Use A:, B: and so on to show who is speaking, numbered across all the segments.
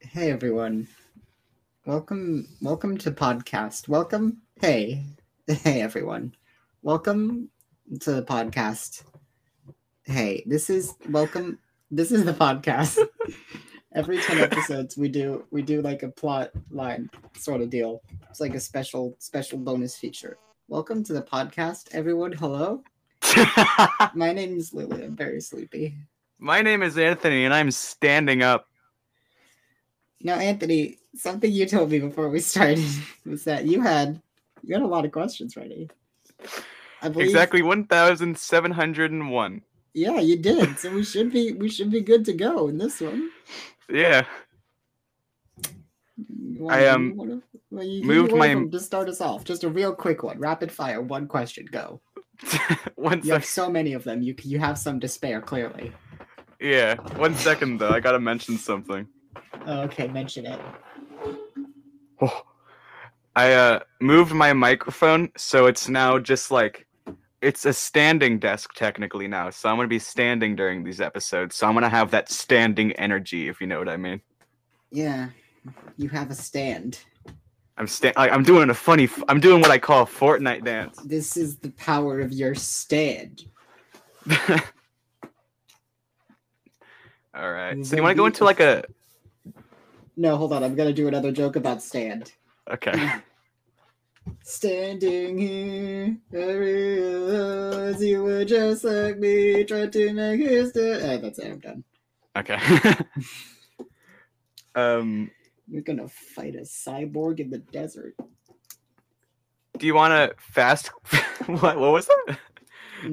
A: Hey everyone. Welcome welcome to podcast. Welcome. Hey. Hey everyone. Welcome to the podcast. Hey, this is welcome this is the podcast. Every 10 episodes we do we do like a plot line sort of deal. It's like a special special bonus feature. Welcome to the podcast everyone. Hello. My name is Lily. I'm very sleepy.
B: My name is Anthony, and I'm standing up.
A: Now, Anthony, something you told me before we started was that you had you had a lot of questions ready. I believe
B: Exactly 1,701.
A: Yeah, you did. So we should be we should be good to go in this one.
B: Yeah.
A: You
B: I, um,
A: you wanna- well, you- you
B: moved
A: one of
B: my-
A: them to start us off. Just a real quick one, rapid fire, one question, go.
B: One
A: You
B: sec.
A: have so many of them. You you have some to spare, clearly.
B: Yeah. One second, though. I gotta mention something.
A: Oh, okay, mention it.
B: Oh. I uh, moved my microphone, so it's now just like. It's a standing desk technically now, so I'm gonna be standing during these episodes. So I'm gonna have that standing energy, if you know what I mean.
A: Yeah, you have a stand.
B: I'm sta- I- I'm doing a funny. F- I'm doing what I call a Fortnite dance.
A: This is the power of your stand.
B: All right.
A: We're
B: So
A: gonna
B: you want to go
A: be
B: into like a
A: No, hold on. I'm gonna do another joke about stand.
B: okay.
A: Mm. Standing here, I realize you were just like me. Tried to make you stand. Ah, that's it. I'm done.
B: Okay. um,
A: You're gonna fight a cyborg in the desert.
B: do you want to fast? what? What was that?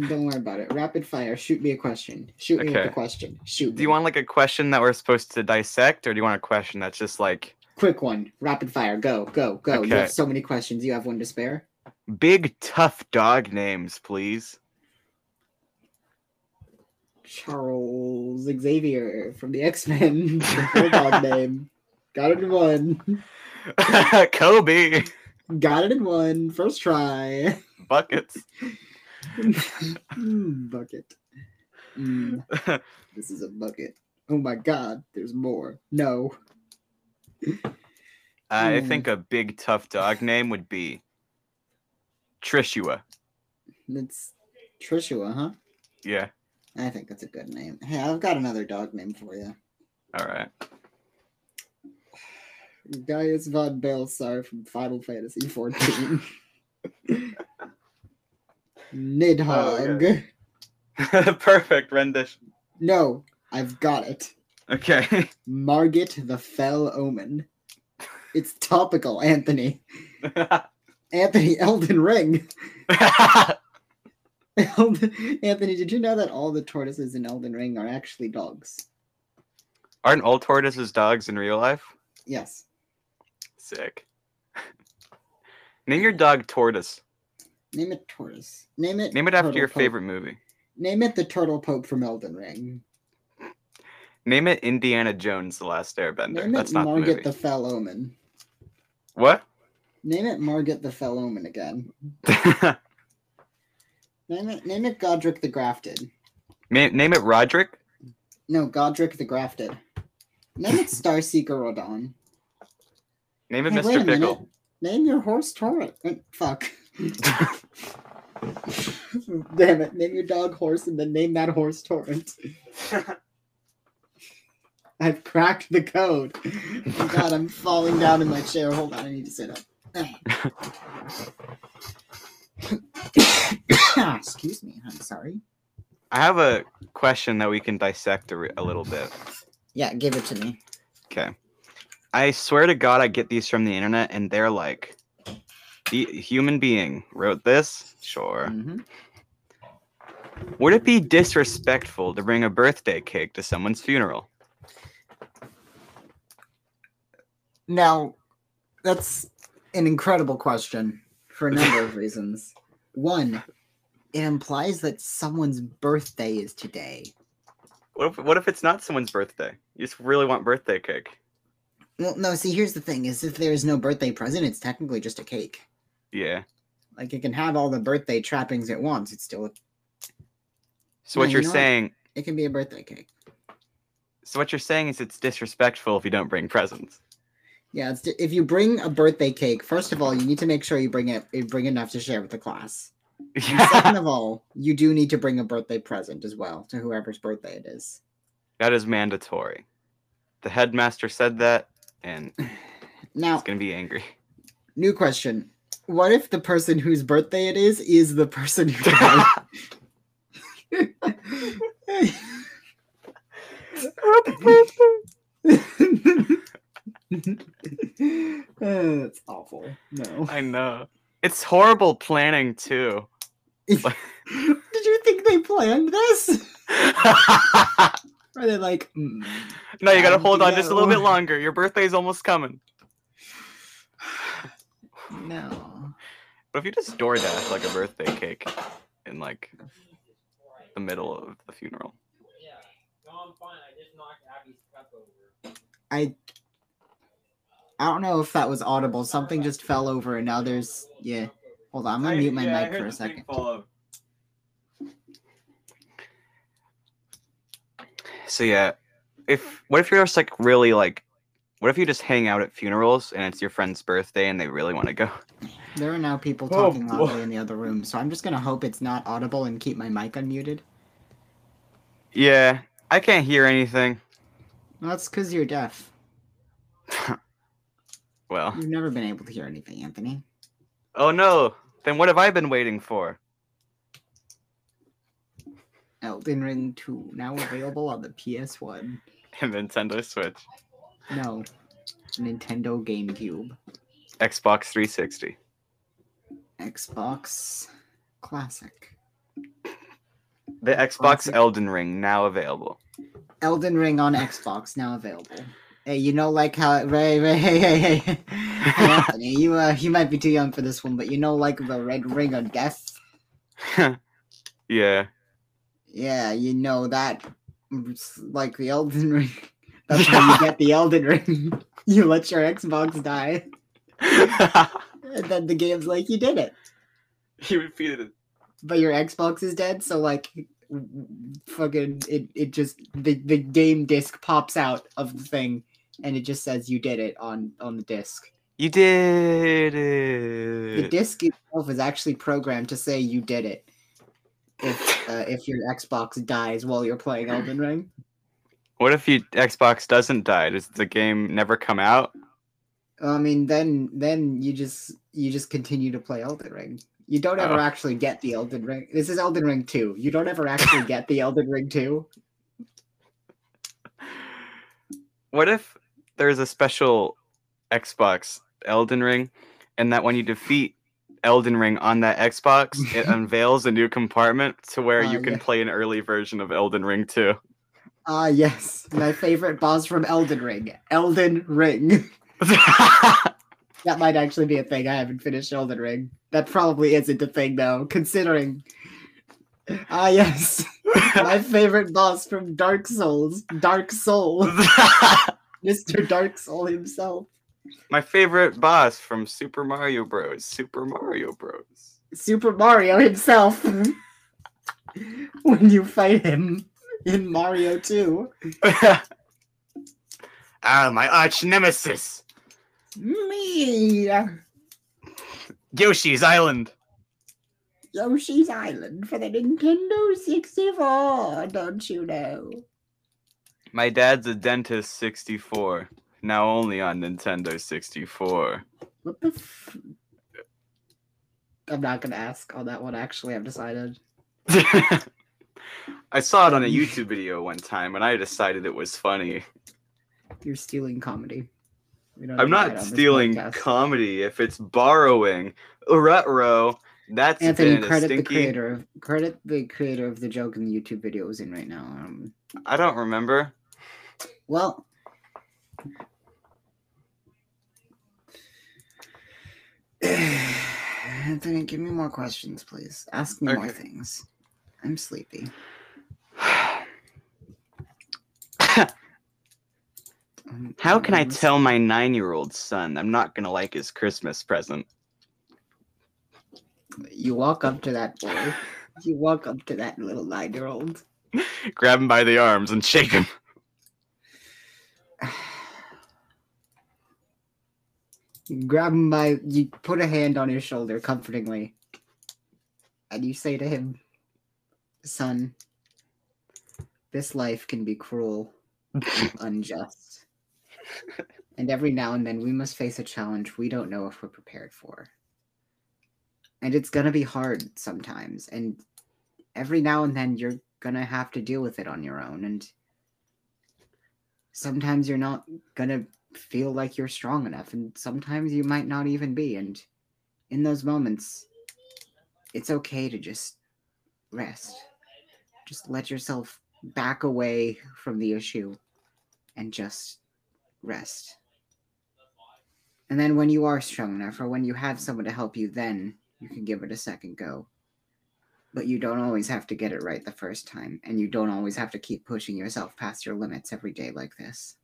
A: Don't worry about it. Rapid fire. Shoot me a question. Shoot me with a
B: Okay.
A: question. Shoot.
B: Do you
A: me.
B: want like a question that we're supposed to dissect, or do you want a question that's just like
A: quick one? Rapid fire. Go, go, go. You
B: Okay.
A: have so many questions. You have one to spare.
B: big tough dog names, please?
A: Charles Xavier from the X Men. dog name. Got it in one.
B: Kobe
A: Got it in one. First try.
B: buckets.
A: Mm, bucket. Mm, this is a bucket. Oh my god, there's more. No.
B: I
A: Hmm.
B: think a big tough dog name would be Trishua.
A: It's Trishua, huh?
B: Yeah.
A: I think that's a good name. Hey, I've got another dog name for you.
B: All right.
A: Gaius von Belsar from Final Fantasy XIV. Nidhogg.
B: Perfect rendition.
A: No, I've got it.
B: Okay.
A: Margit the Fell Omen. It's topical, Anthony. Anthony Elden Ring. Elden- Anthony, did you know that all the tortoises in Elden Ring are actually dogs?
B: Aren't all tortoises dogs in real life?
A: Yes.
B: Sick. Name your dog Tortoise.
A: Name it tortoise. Name it.
B: Name it after
A: Turtle
B: your
A: Pope.
B: favorite movie.
A: Name it the turtle pope from Elden Ring.
B: Name it Indiana Jones: The Last Airbender.
A: Name
B: That's
A: it
B: not the movie.
A: Margit the Fell Omen.
B: What?
A: Name it Margit the Fell Omen again. Name it. Name it Godric the Grafted.
B: Ma- name it Roderick.
A: No, Godric the Grafted. Name it Starseeker Rodon.
B: Name it
A: Hey, wait a
B: Mr.
A: minute.
B: Pickle.
A: Name your horse Torrent. Uh, Fuck. Damn it. Name your dog horse and then name that horse Torrent. I've cracked the code. Oh God, I'm falling down in my chair. Hold on, I need to sit up. Excuse me, I'm sorry.
B: I have a question that we can dissect a, re- a little bit.
A: Yeah, give it to me.
B: Okay. I swear to God, I get these from the internet, and they're like, the human being wrote this. Sure.
A: Mhm.
B: Would it be disrespectful to bring a birthday cake to someone's funeral?
A: Now, that's an incredible question for a number of reasons. One, it implies that someone's birthday is today.
B: What if, what if it's not someone's birthday? You just really want birthday cake.
A: Well, no, see, here's the thing is if there is no birthday present, it's technically just a cake.
B: Yeah.
A: Like, it can have all the birthday trappings it wants. It's still, a,
B: So
A: No,
B: what
A: you
B: you're
A: know what?
B: saying,
A: it can be a birthday cake.
B: So what you're saying is it's disrespectful if you don't bring presents.
A: Yeah, it's, if you bring a birthday cake, first of all, you need to make sure you bring it you bring enough to share with the class. And second of all, you do need to bring a birthday present as well to whoever's birthday it is.
B: that is mandatory. The headmaster said that, and
A: Now,
B: he's gonna be angry.
A: new question. What if the person whose birthday it is is the person who died? That's awful. No.
B: I know. It's horrible planning too.
A: Did you think they planned this? Are they like, "Mm,
B: no, you gotta
A: Um,
B: hold on just a little bit
A: no.
B: longer. Your birthday's almost coming.
A: no?
B: But if you just DoorDash like a birthday cake in like the middle of the funeral.
C: Yeah. No, I'm fine. I just knocked Abby's cup over.
A: I I don't know if that was audible. Something just fell over, and now there's yeah. Hold on, I'm gonna mute my mic for a second.
B: So yeah, if what if you're just like really like, what if you just hang out at funerals and it's your friend's birthday and they really want to go?
A: There are now people
B: Oh,
A: talking
B: boy.
A: loudly in the other room, so I'm just gonna hope it's not audible and keep my mic unmuted.
B: Yeah, I can't hear anything.
A: That's because you're deaf.
B: Well,
A: You've never been able to hear anything, Anthony.
B: oh no. Then what have I been waiting for?
A: Elden Ring 2 now available on the PS1.
B: A Nintendo Switch,
A: No, Nintendo GameCube,
B: Xbox 360.
A: Xbox Classic.
B: The Xbox
A: Classic.
B: Elden Ring now available.
A: Elden Ring on Xbox now available. Hey, you know, like how Ray, Ray, hey, hey, hey, hey, Anthony, you uh, you might be too young for this one, but you know, like the Red Ring of Death.
B: yeah.
A: Yeah, you know that, it's like the Elden Ring. That's how you get the Elden Ring. you let your Xbox die, and then the game's like, you did it,
B: he repeated it.
A: but your Xbox is dead. So like, fucking, it it just the the game disc pops out of the thing, and it just says you did it on on the disc.
B: You did
A: the
B: it.
A: disc itself is actually programmed to say you did it if uh, if your Xbox dies while you're playing Elden Ring.
B: What if you Xbox doesn't die? Does the game never come out?
A: I mean, then then you just you just continue to play Elden Ring. You don't ever
B: Oh.
A: actually get the Elden Ring. This is Elden Ring two. You don't ever actually get the Elden Ring two.
B: What if there's a special Xbox Elden Ring, and that when you defeat Elden Ring on that Xbox, it unveils a new compartment to where
A: Oh,
B: you can
A: yeah.
B: play an early version of Elden Ring too.
A: Ah, yes, my favorite boss from Elden Ring, Elden Ring. that might actually be a thing. I haven't finished Elden Ring. That probably isn't a thing though, considering. Ah, yes. my favorite boss from Dark Souls, Dark Soul, Mr. Dark Soul himself,
B: My favorite boss from Super Mario Bros. Super Mario Bros.
A: Super Mario himself. when you fight him in Mario 2,
B: Ah, my arch nemesis,
A: me,
B: Yoshi's Island.
A: Yoshi's Island for the Nintendo 64, don't you know?
B: My dad's a dentist 64. Now only on Nintendo 64.
A: What the f- I'm not gonna ask on that one, actually, I've decided.
B: I saw it on a YouTube video one time and I decided it was funny.
A: You're stealing comedy. We don't
B: I'm
A: do that on
B: not
A: this
B: stealing
A: podcast.
B: comedy if it's borrowing. Rutro, that's
A: Anthony,
B: been a
A: credit the
B: stinky.
A: creator of credit the creator of the joke in the YouTube video it was in right now. Um,
B: I don't remember.
A: well, Anthony, give me more questions, please. Ask me more
B: Okay.
A: things. I'm sleepy. Um,
B: How can I
A: um,
B: tell my nine year old son I'm not going to like his Christmas present?
A: You walk up to that boy. You walk up to that little nine-year-old.
B: Grab him by the arms and shake him.
A: You grab him by, you put a hand on his shoulder comfortingly, and you say to him, Son, this life can be cruel and unjust. And every now and then we must face a challenge we don't know if we're prepared for. And it's going to be hard sometimes. And every now and then you're going to have to deal with it on your own. And sometimes you're not going to feel like you're strong enough and sometimes you might not even be and in those moments it's okay to just rest just let yourself back away from the issue and just rest and then when you are strong enough or when you have someone to help you then you can give it a second go but you don't always have to get it right the first time and you don't always have to keep pushing yourself past your limits every day like this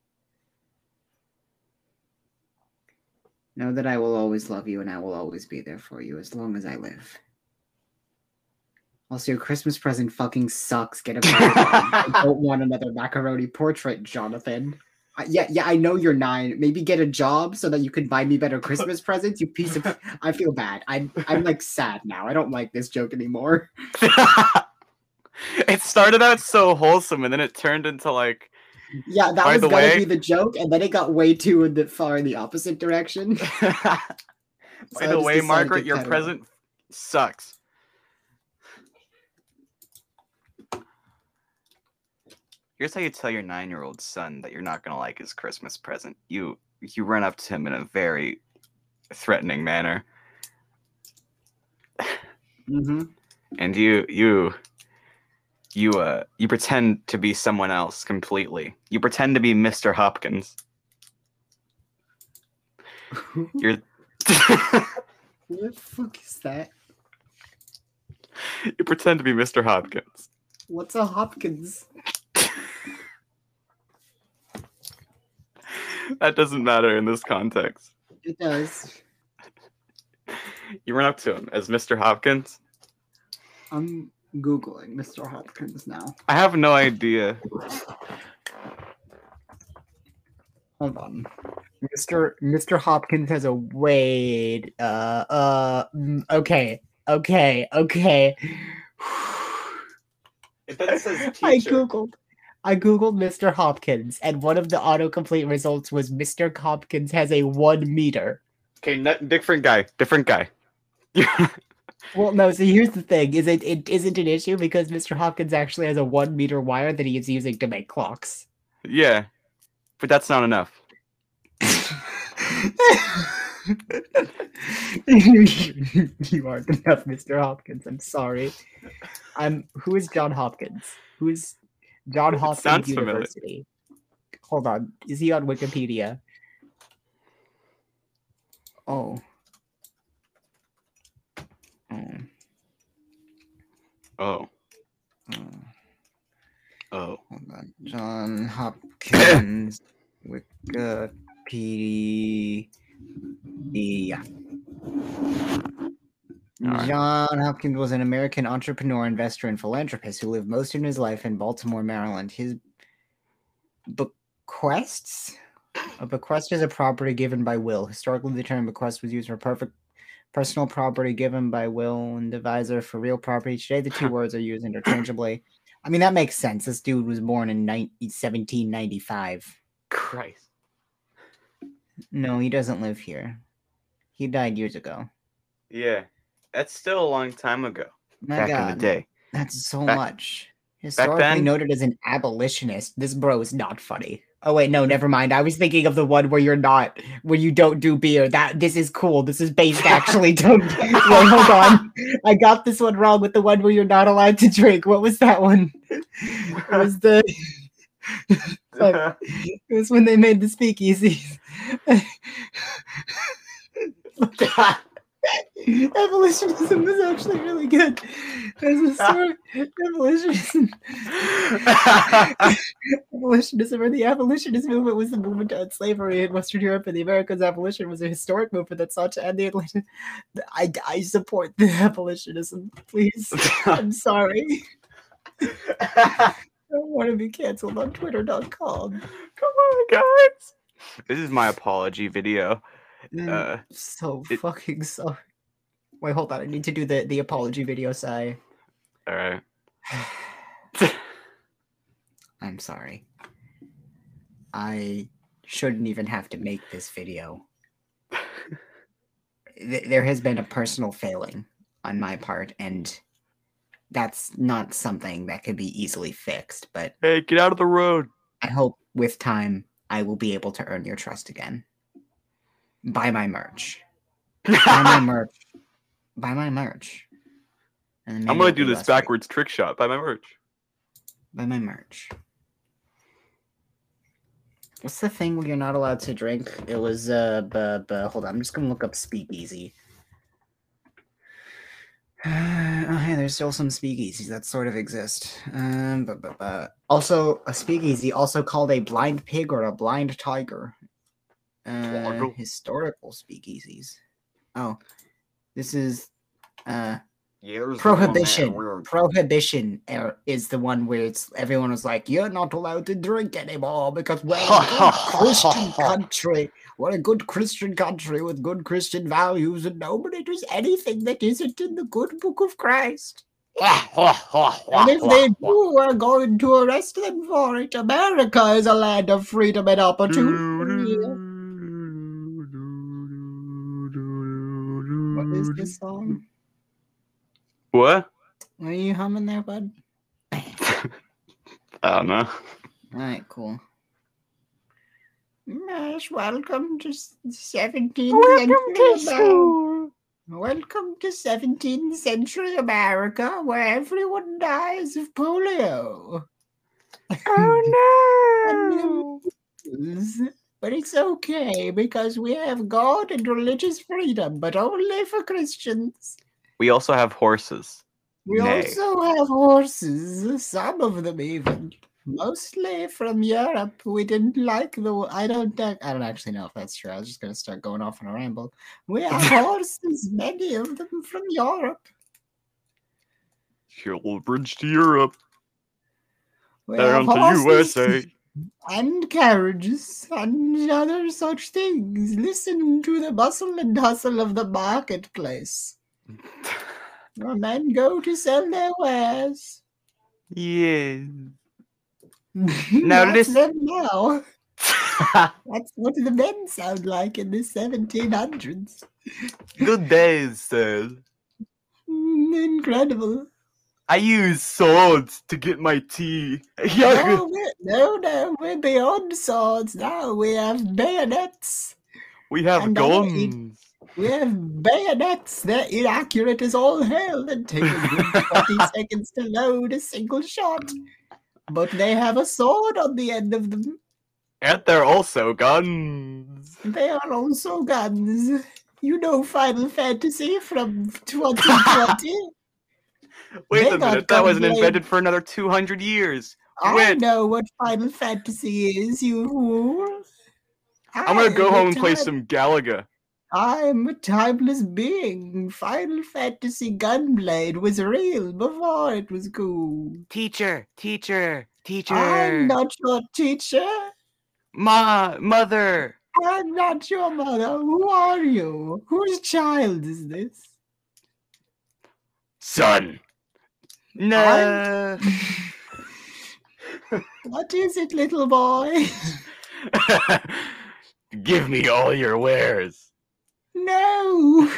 A: Know that I will always love you and I will always be there for you as long as I live. Also, your Christmas present fucking sucks. Get a I don't want another macaroni portrait, Jonathan. I, yeah, yeah, I know you're nine. Maybe get a job so that you can buy me better Christmas presents. You piece of. I feel bad. I'm I'm like sad now. I don't like this joke anymore.
B: it started out so wholesome and then it turned into like
A: Yeah, that
B: By
A: was
B: the
A: gonna
B: way-
A: be the joke, and then it got way too in the, far in the opposite direction.
B: by
A: I
B: the
A: just
B: way
A: decided
B: margaret
A: to
B: your
A: cut it out.
B: present sucks here's how you tell your nine-year-old son that you're not gonna like his christmas present you you run up to him in a very threatening manner
A: hmm
B: and you you you uh you pretend to be someone else completely you pretend to be mr hopkins you're
A: What the fuck is that?
B: you pretend to be mr hopkins
A: What's a Hopkins?
B: that doesn't matter in this context
A: It does.
B: you run up to him as mr hopkins
A: I'm googling Mr. Hopkins now.
B: i have no idea
A: Hold on. Mr. Mr. Hopkins has a wait. Uh, uh. mm, Okay. Okay. Okay.
B: it
A: I googled. I googled Mr. Hopkins, and one of the autocomplete results was Mr. Hopkins has a one meter.
B: okay n- different guy different guy
A: Well, no. So here's the thing: is it it isn't an issue because Mr. Hopkins actually has a one meter wire that he is using to make clocks.
B: yeah but that's not enough
A: you aren't enough, Mr. Hopkins. I'm sorry. I'm. Who is John Hopkins? Who is John Hopkins
B: sounds familiar.
A: University? Hold on. Is he on Wikipedia? Oh. Oh.
B: oh
A: oh.
B: oh
A: Hold on. John Hopkins Wikipedia.
B: All right.
A: John Hopkins was an American entrepreneur, investor, and philanthropist who lived most of his life in Baltimore, Maryland. His bequests? A bequest is a property given by will. Historically, the term bequest was used for perfect personal property given by will and divisor for real property. Today, the two words are used interchangeably. I mean, that makes sense. This dude was born in 19- 1795.
B: christ
A: No, he doesn't live here. He died years ago.
B: yeah that's still a long time ago
A: Oh My
B: back
A: God,
B: in the day
A: that's so
B: Back-
A: much. Historically
B: then-
A: noted as an abolitionist, this bro is not funny. Oh wait, no, never mind. I was thinking of the one where you're not, where you don't do beer. That this is cool. This is based actually. Don't wait, hold on. I got this one wrong with the one where you're not allowed to drink. What was that one? It was the Fuck. it was when they made the speakeasies. Abolitionism was actually really good. There's a story. Abolitionism. Abolitionism or the abolitionist movement was the movement to end slavery in Western Europe, and the Americans' abolition was a historic movement that sought to end the Atlantic. I, I support the abolitionism, please. I'm sorry. I don't want to be canceled on Twitter.com.
B: Come on, guys. This is my apology video.
A: I'm
B: Uh,
A: so
B: it-
A: fucking sorry. Wait, hold on. I need to do the the apology video sigh.
B: all right.
A: I'm sorry. I shouldn't even have to make this video. Th- there has been a personal failing on my part, and that's not something that could be easily fixed, but
B: Hey, get out of the road.
A: I hope with time I will be able to earn your trust again. Buy my merch. Buy my merch. Buy my merch. And then maybe
B: I'm gonna
A: it'll
B: do
A: be
B: this
A: less free.
B: backwards trick shot by my merch.
A: Buy my merch. What's the thing where you're not allowed to drink? It was uh, buh, buh, hold on, I'm just gonna look up speakeasy. oh, hey, there's still some speakeasies that sort of exist. Um, buh, buh, buh. Also, a speakeasy, also called a blind pig or a blind tiger. Uh,
B: Toggle.
A: historical speakeasies. Oh, this is uh,
B: Yeah,
A: prohibition prohibition er- is the one where it's everyone was like you're not allowed to drink anymore because we're a good christian country we're a good christian country with good christian values and nobody does anything that isn't in the good book of christ and if they do we're going to arrest them for it america is a land of freedom and opportunity what is this song
B: What?
A: what are you humming there bud all
B: I don't know.
A: right cool Yes, welcome to s- 17th century America. Welcome to 17th century America, where everyone dies of polio.
B: Oh
A: But it's okay because we have God and religious freedom, but only for Christians.
B: We also have horses.
A: We
B: Nay.
A: also have horses, some of them even, mostly from Europe. We didn't like the. I don't. ac- I don't actually know if that's true. I was just gonna start going off on a ramble. We have horses, many of them from Europe.
B: Bridge to Europe,
A: We
B: down
A: have
B: to
A: horses
B: USA.
A: and carriages and other such things. Listen to the bustle and hustle of the marketplace. Where men go to sell their wares.
B: Yeah.
A: Now
B: listen-
A: them now. That's what the men sound like in the 1700s.
B: Good days, sir.
A: Mm, Incredible.
B: I use swords to get my tea.
A: No, we're, no, no, we're beyond swords now. We have bayonets.
B: we have
A: and I eat-
B: guns.
A: We have bayonets. They're inaccurate as all hell and take a good 20 seconds to load a single shot. But they have a sword on the end of them.
B: And they're also guns.
A: They are also guns. You know Final Fantasy from 2020?
B: Wait
A: They
B: a
A: got
B: minute, that wasn't
A: gunblade.
B: invented for another 200 years.
A: I
B: Wait.
A: know what Final Fantasy is, you fool.
B: I'm gonna go
A: I'm a
B: home and play
A: time-
B: some Galaga.
A: I'm a timeless being. Final Fantasy Gunblade was real before it was cool.
B: Teacher, teacher, teacher.
A: I'm not your teacher.
B: Ma, mother.
A: I'm not your mother. Who are you? Whose child is this?
B: Son. No.
A: What is it, little boy?
B: Give me all your wares.
A: No!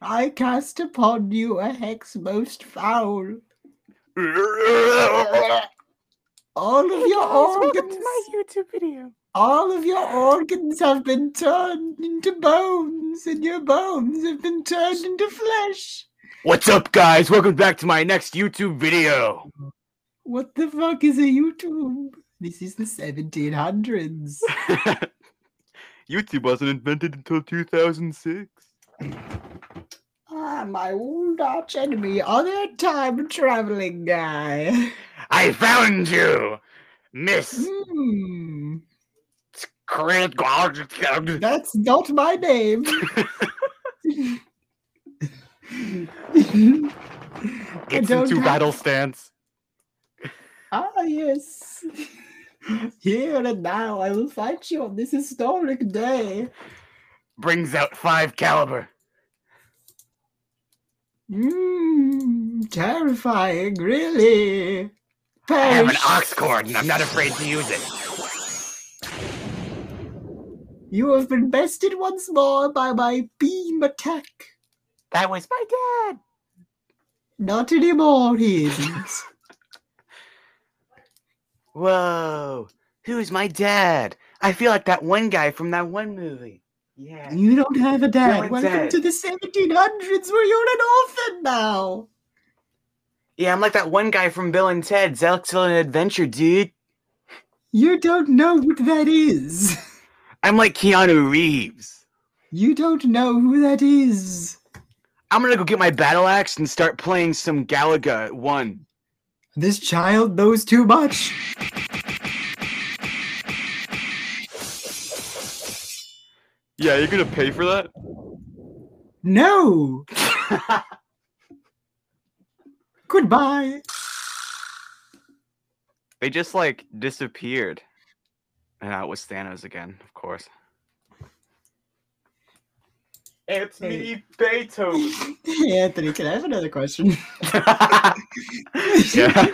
A: I cast upon you a hex most foul. All of your organs.
B: YouTube video.
A: All of your organs have been turned into bones, and your bones have been turned into flesh.
B: What's up, guys? Welcome back to my next YouTube video.
A: What the fuck is a YouTube? This is the 1700s.
B: YouTube wasn't invented until 2006.
A: ah, my old arch enemy, other time traveling guy.
B: I found you, Miss
A: Hmm,
B: Crit.
A: that's not my name. I
B: Gets
A: don't
B: into
A: have-
B: battle stance.
A: Ah, yes. Here and now, I will fight you on this historic day.
B: Brings out five caliber.
A: Mmm, terrifying, really.
D: I have an
A: Perish.
D: ox cord and I'm not afraid to use it.
A: You have been bested once more by my beam attack.
D: That was my dad.
A: Not anymore, he isn't.
D: Whoa. Who's my dad? I feel like that one guy from that one movie. Yeah.
A: You don't have a dad.
D: a
A: Welcome
D: dad.
A: to the 1700s where you're an orphan now.
D: Yeah, I'm like that one guy from Bill and Ted's Excellent Adventure, dude.
A: You don't know what that is.
D: I'm like Keanu Reeves.
A: You don't know who that is.
D: I'm gonna go get my battle axe and start playing some Galaga 1.
A: This child knows too much.
B: Yeah, you're gonna pay for that?
A: No. Goodbye.
B: They just like disappeared. And now it was Thanos again, of course. It's
A: Hey. me,
B: Beethoven.
A: Hey, Anthony, can I have another question?
B: Yeah.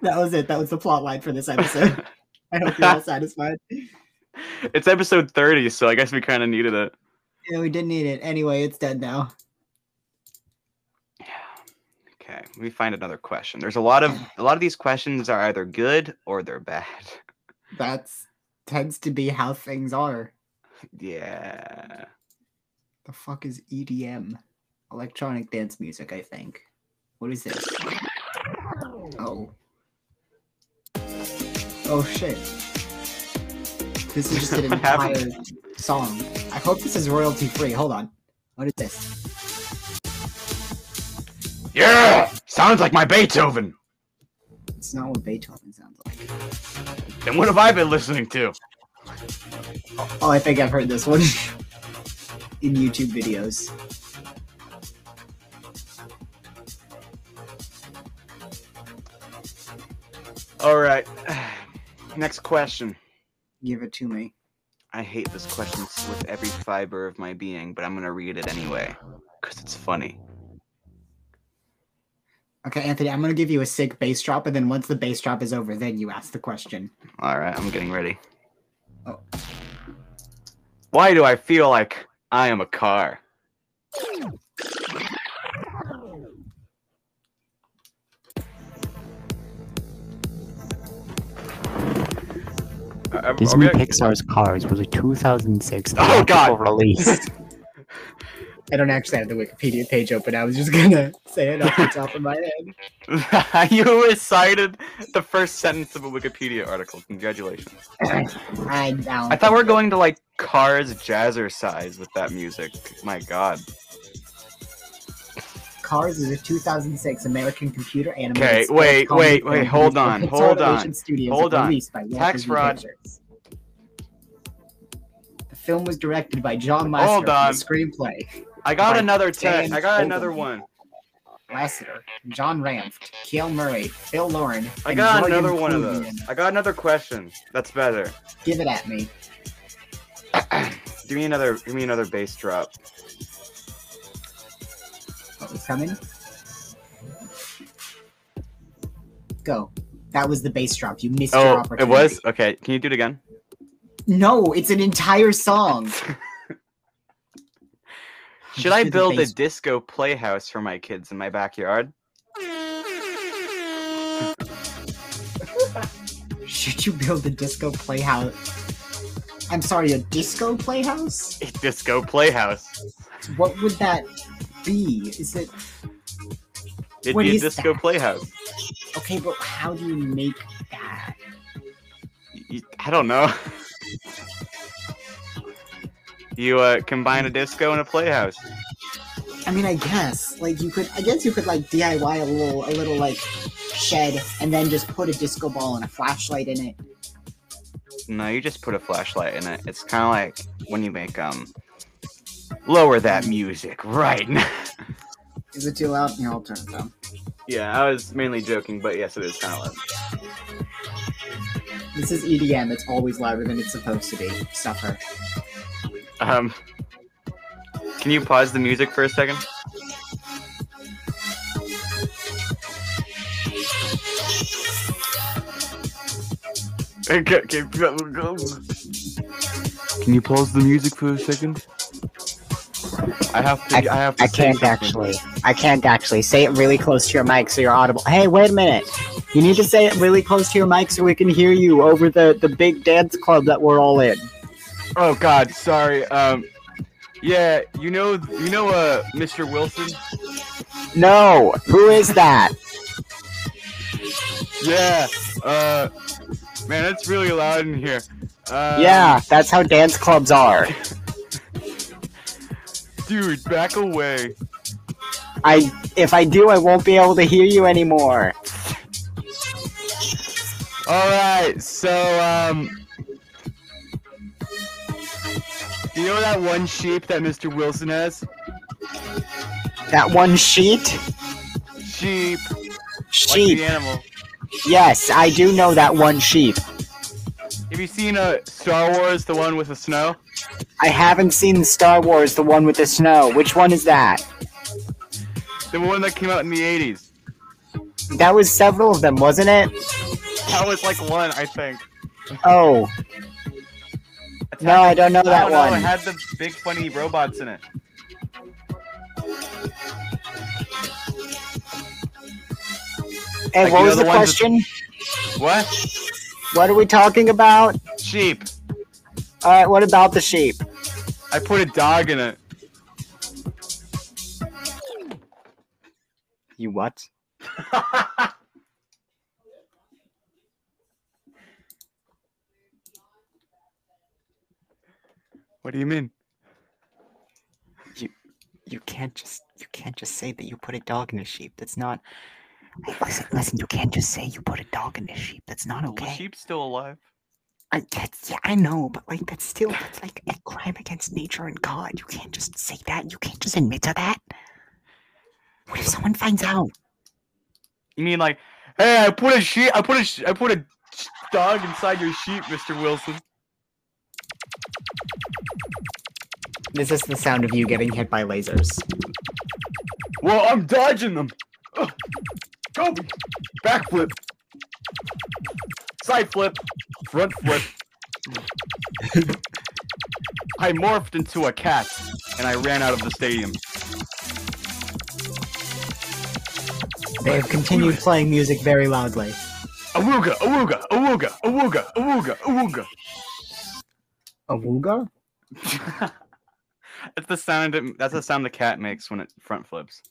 A: that was it. That was the plot line for this episode. I hope you're all satisfied.
B: it's episode 30, so I guess we kind of needed it.
A: Yeah, we didn't need it. Anyway, it's dead now.
B: Okay, let me find another question. There's a lot of a lot of these questions are either good or they're bad.
A: That's tends to be how things are.
B: Yeah.
A: The fuck is EDM? Electronic dance music, I think. What is this? Oh. Oh shit. This is just an
B: What happened?
A: entire song. I hope this is royalty free. Hold on. What is this?
D: Yeah! Sounds like my Beethoven.
A: It's not what Beethoven sounds like.
D: Then what have I been listening to?
A: Oh, I think I've heard this one in YouTube videos.
B: All right. Next question.
A: Give it to me.
B: I hate this question with every fiber of my being, but I'm going to read it anyway cuz it's funny.
A: Okay, Anthony, I'm gonna give you a sick bass drop, and then once the bass drop is over, then you ask the question.
B: All right, I'm getting ready.
A: Oh.
B: Why do I feel like I am a car? Are- are- are we
E: Disney
B: ac-
E: Pixar's Cars was a 2006
B: Oh, God.
E: theatrical release.
A: I don't actually have the Wikipedia page open. I was just gonna say it off the top of my head.
B: you recited the first sentence of a Wikipedia article. Congratulations.
A: I down.
B: I thought we are going to like Cars Jazzercise with that music. My god.
A: Cars is a 2006 American computer animated.
B: Okay,
A: sports
B: wait,
A: comedy
B: wait,
A: film
B: wait,
A: produced
B: hold
A: by
B: on,
A: Pixar
B: hold on,
A: Animation Studios
B: hold
A: and
B: on.
A: released by Walt
B: Tax
A: Disney
B: fraud.
A: Pictures. The film was directed by John Lasseter.
B: Hold
A: Hold
B: on.
A: The screenplay.
B: I got
A: By
B: another text.
A: Dan
B: I got
A: Fogelman.
B: another one.
A: Lasseter, John Ramft, Keel Murray, Phil Lauren.
B: I
A: and
B: got
A: Jordan
B: another one of those.
A: Klugeman.
B: I got another question. That's better.
A: Give it at me.
B: Give me another. Give me another bass drop.
A: What was coming? Go. That was the bass drop. You missed your
B: Oh,
A: opportunity.
B: it was okay. Can you do it again?
A: No, it's an entire song.
B: Should I build a disco playhouse for my kids in my backyard?
A: Should you build a disco playhouse? I'm sorry, a disco playhouse?
B: A disco playhouse.
A: What would that be? Is it
B: It'd
A: What
B: be a
A: is
B: disco
A: that?
B: playhouse.
A: okay? But how do you make that?
B: Y- y- I don't know. You uh, combine a disco and a playhouse.
A: I mean, I guess like you could. I guess you could like DIY a little, a little like shed, and then just put a disco ball and a flashlight in it.
B: No, you just put a flashlight in it. It's kind of like when you make um. Lower that music right now.
A: Is it too loud? Here, I'll turn it down.
B: Yeah, I was mainly joking, but yes, it is kind of loud.
A: This is EDM. It's always louder than it's supposed to be. Suffer.
B: Um, can you pause the music for a second? Okay, okay, go, go. Can you pause the music for a second? I have to. I, have to.
F: I
B: say
F: can't
B: something.
F: actually. I can't actually. Say it really close to your mic so you're audible. Hey, wait a minute. You need to say it really close to your mic so we can hear you over the, the big dance club that we're all in.
B: Oh God, sorry. Um, yeah, you know, you know, uh, Mr. Wilson.
F: No! Who is that?
B: Yeah. Uh, man, that's really loud in here. Uh,
F: yeah, that's how dance clubs are.
B: Dude, back away.
F: I if I do I won't be able to hear you anymore.
B: All right, so um, do you know that one sheep that Mr. Wilson has?
F: That one sheet?
B: Sheep, like
F: Sheep.
B: the animal.
F: Yes, I do know that one sheep.
B: Have you seen uh, Star Wars, the one with the snow?
F: I haven't seen Star Wars the one with the snow. Which one is that?
B: The one that came out in the '80s.
F: That was several of them, wasn't it?
B: That was like one, I think.
F: Oh. No, I don't know
B: I
F: that
B: don't know, It
F: one.
B: had the big funny robots in it.
F: Hey,
B: Like,
F: what
B: you
F: was
B: know
F: the
B: the ones
F: question?
B: What?
F: What are we talking about?
B: Sheep.
F: All right, what about the sheep?
B: I put a dog in it.
F: You what?
B: What do you mean?
F: You can't just you can't just say that you put a dog in a sheep. That's not. Hey, listen, listen. You can't just say you put a dog in a sheep. That's not okay.
B: sheep's still alive.
F: I, that's, yeah, I know, but like that's still that's like a crime against nature and God. You can't just say that. You can't just admit to that. What if someone finds out?
B: You mean like, hey, I put a sheep, I put a, sh- I put a sh- dog inside your sheep, Mr. Wilson.
A: This is the sound of you getting hit by lasers.
B: Well, I'm dodging them. Ugh. Go backflip, side flip, front flip. I morphed into a cat and I ran out of the stadium.
A: They have continued playing music very loudly.
B: Awooga, awooga, awooga, awooga, awooga, awooga.
A: A wooga?
B: That's the sound. It, that's the sound the cat makes when it front flips.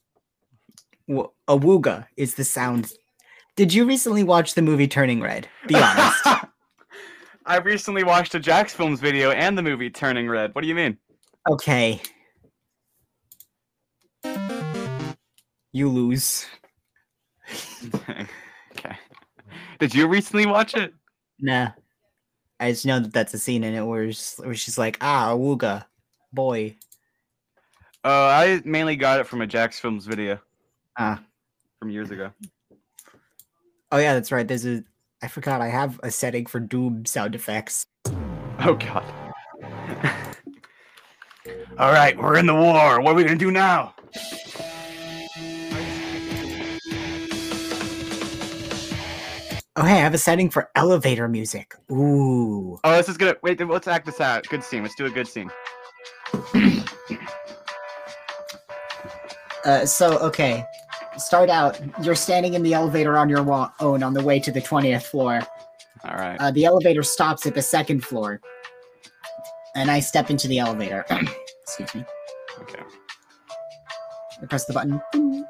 A: W- A wooga is the sound. Did you recently watch the movie Turning Red? Be honest.
B: I recently watched a Jax Films video and the movie Turning Red. What do you mean?
A: okay. You lose.
B: okay. Did you recently watch it?
A: Nah. I just know that that's a scene in it where, s- where she's like, ah, a wooga. Boy.
B: Uh, I mainly got it from a Jax Films video.
A: Ah.
B: From years ago.
A: Oh, yeah, that's right. There's a. I forgot I have a setting for Doom sound effects.
B: Oh God. All right, we're in the war. What are we gonna do now?
A: Oh, hey, I have a setting for elevator music. Ooh.
B: Oh, this is gonna wait. Let's act this out. Good scene. Let's do a good scene.
A: Uh, so okay, start out. You're standing in the elevator on your wa- own on the way to the twentieth floor.
B: All right.
A: Uh, the elevator stops at the second floor, and I step into the elevator. Excuse me.
B: Okay.
A: I press the button. Boom.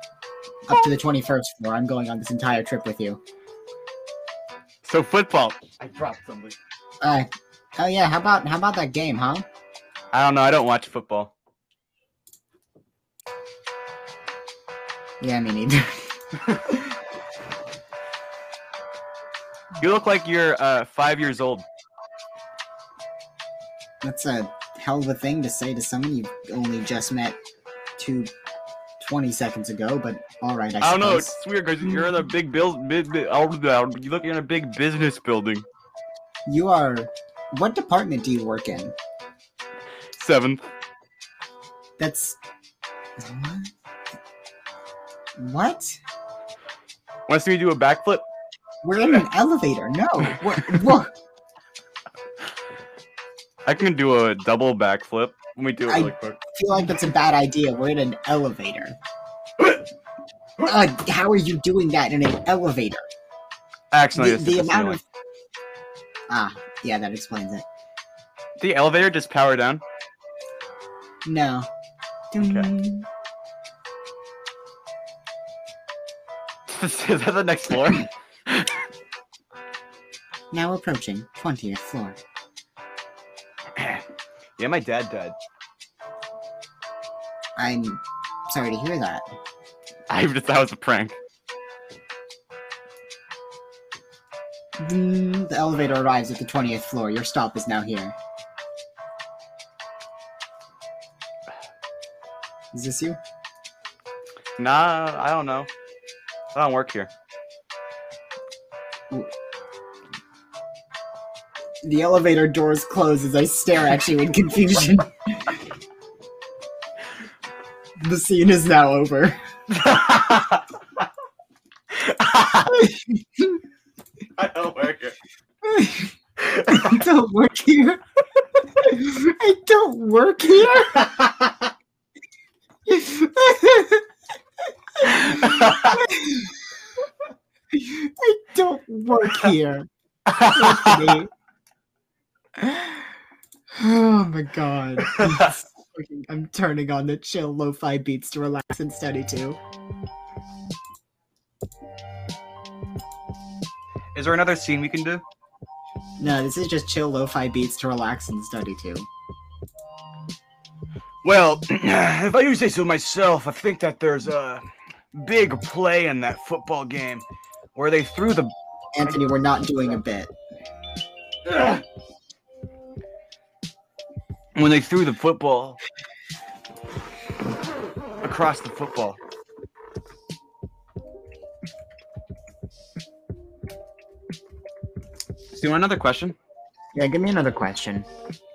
A: Up to the twenty-first floor. I'm going on this entire trip with you.
B: So football. I dropped something.
A: Uh, oh yeah. How about how about that game, huh?
B: I don't know. I don't watch football.
A: Yeah, me neither.
B: You look like you're uh, five years old.
A: That's a hell of a thing to say to someone you've only just met two, 20 seconds ago. But all right, I,
B: I don't know.
A: suppose.
B: It's weird because you're in a big build. Big, big, you look you're in a big business building.
A: you are. What department do you work in?
B: Seventh.
A: That's. What?
B: Wants me to do a backflip?
A: We're in an elevator. No. What? what?
B: I can do a double backflip. Let me do it
A: I-
B: really quick.
A: I feel like that's a bad idea. We're in an elevator. Uh, how are you doing that in an elevator?
B: Actually,
A: the, the amount of. Ah, yeah, that explains it.
B: the elevator just power down.
A: No. Dun.
B: Is that the next floor?
A: Now approaching 20th floor.
B: yeah, my dad died.
A: I'm sorry to hear that.
B: I just thought it was a prank.
A: Dun. Mm, The elevator arrives at the 20th floor. Your stop is now here. Is this you?
B: Nah, I don't know. I don't work here.
A: The elevator doors close as I stare at you in confusion. the scene is now over.
B: I don't work here.
A: I don't work here. I don't work here. I don't work here. Look at me. Oh my god. Fucking- I'm turning on the chill lo-fi beats to relax and study to.
B: Is there another scene we can do?
A: No, this is just chill lo-fi beats to relax and study to.
B: Well, if I do say so myself, I think that there's a big play in that football game where they threw the.
A: Anthony, we're not doing a bit.
B: When they threw the football across the football. Do you want another question?
A: Yeah, give me another question.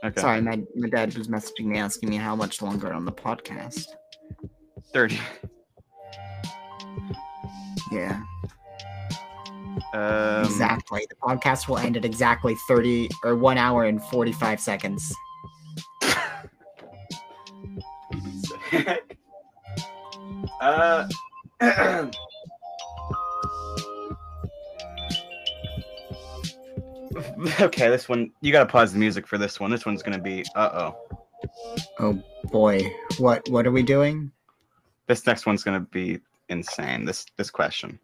B: Okay.
A: Sorry, my, my dad was messaging me asking me how much longer on the podcast.
B: 30.
A: Yeah,
B: Um,
A: exactly. The podcast will end at exactly 30 or 1 hour and 45 seconds.
B: uh, okay, this one, you gotta pause the music for this one. This one's gonna be, uh oh.
A: Oh boy. What what are we doing?
B: This next one's gonna be insane. This this question.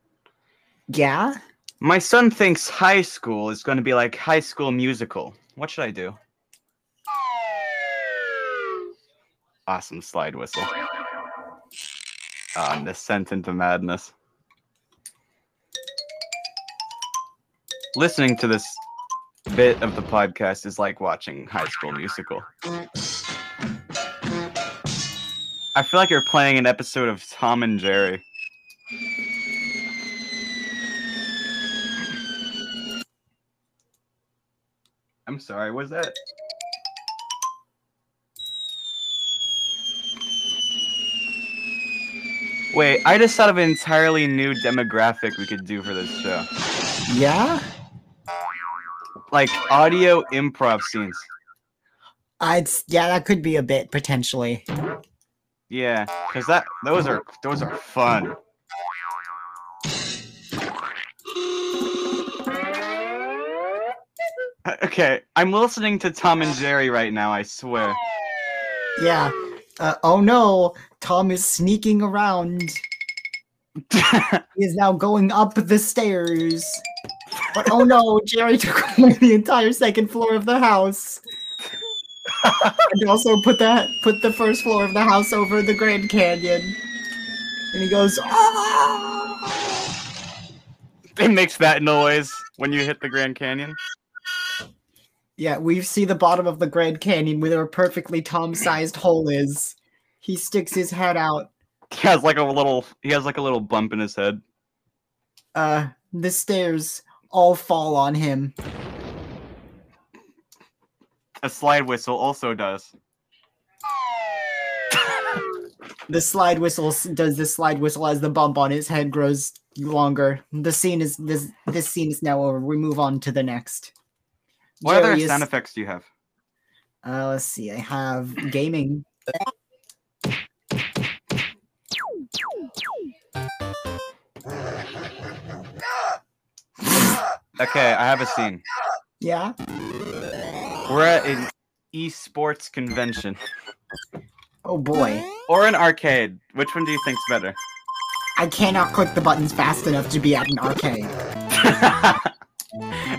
A: Yeah?
B: My son thinks high school is gonna be like High School Musical. What should I do? Awesome slide whistle. Um, descent into madness. Listening to this bit of the podcast is like watching High School Musical. I feel like you're playing an episode of Tom and Jerry. I'm sorry, was that? Wait, I just thought of an entirely new demographic we could do for this show.
A: Yeah?
B: Like audio improv scenes.
A: I'd s- yeah, that could be a bit potentially.
B: Yeah, cuz that those are those are fun. Okay, I'm listening to Tom and Jerry right now, I swear.
A: Yeah. Uh, oh no, Tom is sneaking around. He is now going up the stairs. But oh no, Jerry took away the entire second floor of the house. and also put that put the first floor of the house over the Grand Canyon. And he goes, "Ah!"
B: it makes that noise when you hit the Grand Canyon.
A: Yeah, we see the bottom of the Grand Canyon where a perfectly Tom-sized hole is. He sticks his head out.
B: He has like a little he has like a little bump in his head.
A: Uh, the stairs all fall on him.
B: A slide whistle also does.
A: The slide whistle s- does the slide whistle as the bump on his head grows longer. The scene is this this scene is now over. We move on to the next.
B: What
A: Jerry
B: other
A: is-
B: sound effects do you have?
A: Uh, let's see. I have gaming.
B: Okay, I have a scene.
A: Yeah.
B: We're at an esports convention
A: Oh boy.
B: or an arcade. Which one do you think's better?
A: I cannot click the buttons fast enough to be at an arcade.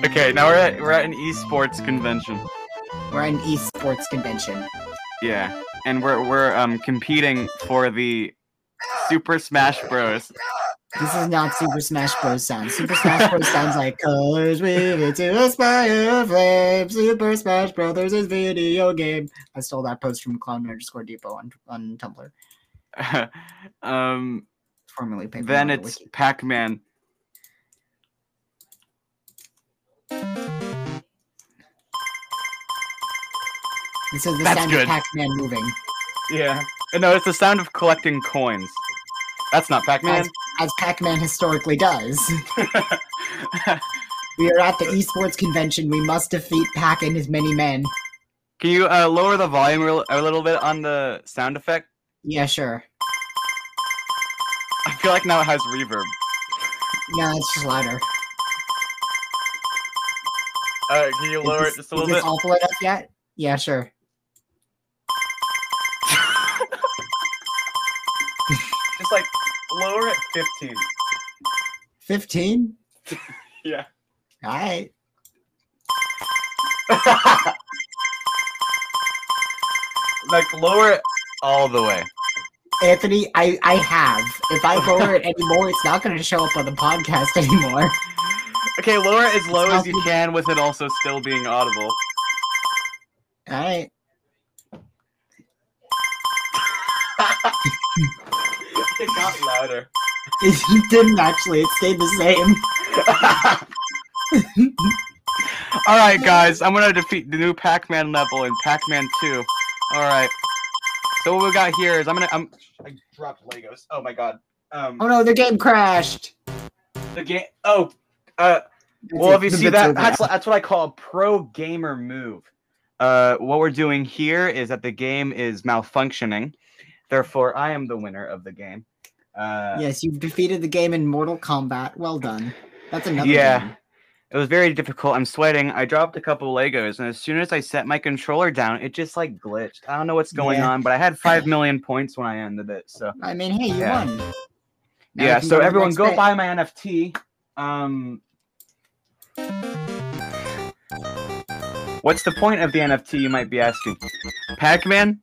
B: okay, now we're at we're at an esports convention.
A: We're at an esports convention.
B: Yeah, and we're we're um competing for the Super Smash Bros.
A: This is not Super Smash Bros. sound. Super Smash Bros. sounds like colors vivid to aspire flame. Super Smash Brothers is video game. I stole that post from Clown underscore Depot on on Tumblr,
B: um,
A: formerly Paper
B: then
A: Mario
B: it's
A: Wiki.
B: Pac-Man.
A: This is the
B: that's
A: sound
B: good.
A: of Pac-Man moving.
B: Yeah. No, it's the sound of collecting coins. That's not Pac-Man.
A: That's- as Pac-Man historically does. We are at the esports convention. We must defeat Pac and his many men.
B: Can you uh, lower the volume real- a little bit on the sound effect?
A: Yeah, sure.
B: I feel like now it has reverb.
A: No, it's just louder.
B: Uh, can you
A: Is
B: lower
A: this,
B: it just a
A: is
B: little
A: this
B: bit?
A: awful enough yet? Yeah, sure.
B: Just like lower it 15.
A: Fifteen.
B: Yeah.
A: All right.
B: like lower it all the way.
A: Anthony, I, I have. If I lower it anymore, it's not going to show up on the podcast anymore.
B: Okay, lower it as low as you
A: Sounds-
B: can with it also still being audible.
A: All right.
B: It got louder.
A: You didn't actually. It stayed the same.
B: all right, guys, I'm gonna defeat the new Pac-Man level in Pac-Man 2. All right. So what we got here is I'm gonna I'm, I dropped Legos. Oh my god. Um,
A: Oh no, the game crashed.
B: the game. Oh, uh,
A: That's
B: well,
A: it.
B: if you
A: The
B: see
A: bit's
B: that,
A: over
B: that's
A: now.
B: that's what I call a pro gamer move. Uh, what we're doing here is that the game is malfunctioning. Therefore, I am the winner of the game. Uh,
A: yes, you've defeated the game in Mortal Kombat. Well done. That's another.
B: Yeah.
A: game.
B: It was very difficult. I'm sweating. I dropped a couple Legos, and as soon as I set my controller down, it just like glitched. I don't know what's going
A: Yeah.
B: on, but I had five million points when I ended it. So
A: I mean, hey, you
B: Yeah.
A: won. Now we
B: yeah.
A: can
B: So
A: to the
B: everyone,
A: next
B: go
A: bit.
B: buy my NFT. Um, what's the point of the NFT? You might be asking. Pac-Man.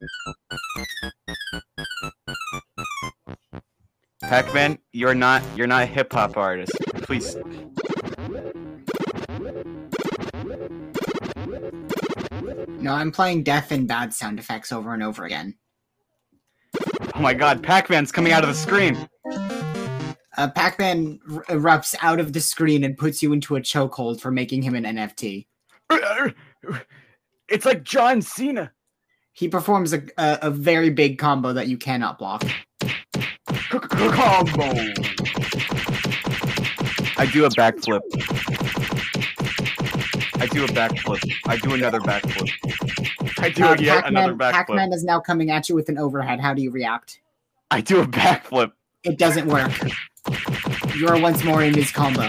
B: Pac-Man, you're not you're not a hip hop artist. Please
A: No, I'm playing deaf and bad sound effects over and over again.
B: Oh my god, Pac-Man's coming out of the screen.
A: Uh, Pac-Man r- erupts out of the screen and puts you into a chokehold for making him an NFT.
B: It's like John Cena.
A: He performs a, a, a very big combo that you cannot block.
B: Combo. I do a backflip. I do a backflip. I do another backflip. I do
A: Uh,
B: yet another
A: Pac-Man-
B: backflip.
A: Pac-Man is now coming at you with an overhead. How do you react?
B: I do a backflip.
A: It doesn't work. You are once more in his combo.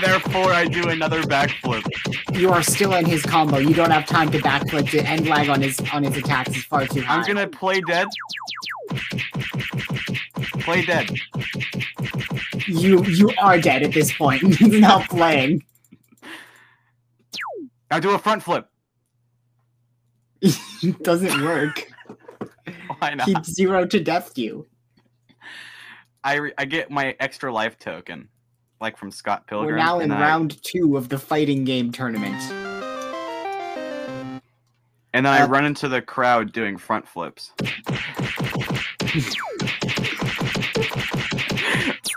B: Therefore, I do another backflip.
A: You are still in his combo. You don't have time to backflip to end lag on his on his attacks is far too high.
B: I'm gonna play dead. Play dead.
A: You you are dead at this point. He's not playing.
B: I do a front flip.
A: It doesn't work.
B: Why not?
A: He zero to death you.
B: I re- I get my extra life token, like from Scott Pilgrim.
A: We're now in
B: and I-
A: round two of the fighting game tournament.
B: And then I
A: uh,
B: run into the crowd doing front flips. it's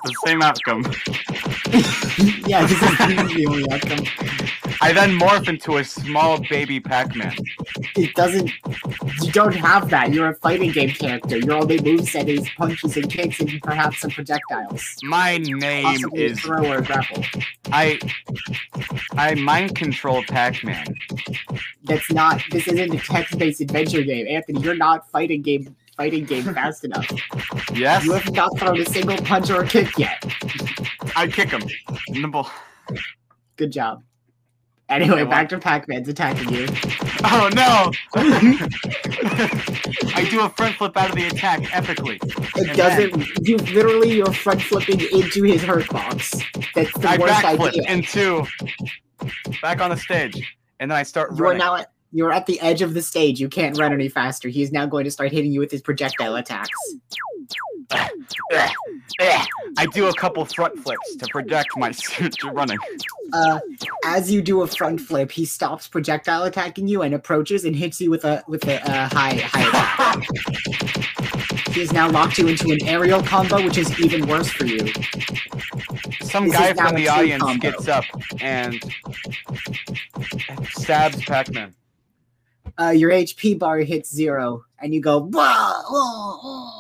B: the same outcome.
A: yeah, this is the only outcome.
B: I then morph into a small baby Pac-Man.
A: It doesn't. You don't have that. You're a fighting game character. Your only moveset is punches and kicks and perhaps some projectiles.
B: My name
A: Possibly
B: is
A: throw or grapple.
B: I. I mind control Pac-Man.
A: That's not. This isn't a text-based adventure game, Anthony. You're not fighting game. Fighting game fast enough.
B: Yes,
A: You have not thrown a single punch or a kick yet.
B: I kick him. in the ball.
A: Good job. Anyway, back to Pac-Man's attacking you.
B: Oh no! I do a front flip out of the attack epically.
A: It
B: And
A: doesn't. You literally you're front flipping into his hurt box. That's the
B: I
A: worst
B: backflip
A: idea.
B: into back on the stage, and then I start
A: You are
B: running.
A: now at, you're at the edge of the stage. You can't run any faster. He is now going to start hitting you with his projectile attacks.
B: I do a couple front flips to project my to running.
A: Uh, as you do a front flip, he stops projectile attacking you and approaches and hits you with a with a uh, high high attack. he has now locked you into an aerial combo, which is even worse for you.
B: Some
A: This
B: guy
A: is now
B: from
A: a
B: the
A: two
B: audience
A: combo.
B: gets up and stabs Pac-Man.
A: Uh, your HP bar hits zero, and you go. Whoa, whoa, whoa."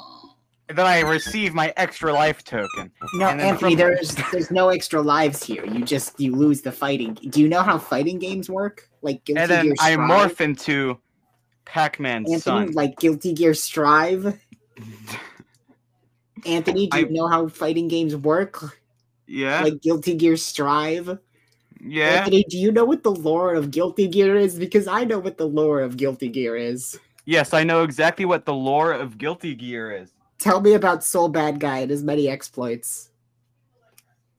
B: Then I receive my extra life token.
A: No,
B: And then
A: Anthony,
B: from-
A: there's there's no extra lives here. You just you lose the fighting. Do you know how fighting games work? Like Guilty
B: and then
A: Gear
B: I
A: Strive?
B: morph into Pac-Man's
A: Anthony,
B: son.
A: like Guilty Gear Strive. Anthony, do you
B: I-
A: know how fighting games work?
B: yeah,
A: Like Guilty Gear Strive.
B: yeah,
A: Anthony, do you know what the lore of Guilty Gear is? Because I know what the lore of Guilty Gear is.
B: yes. I know exactly what the lore of Guilty Gear is.
A: Tell me about Soul Bad Guy and his many exploits.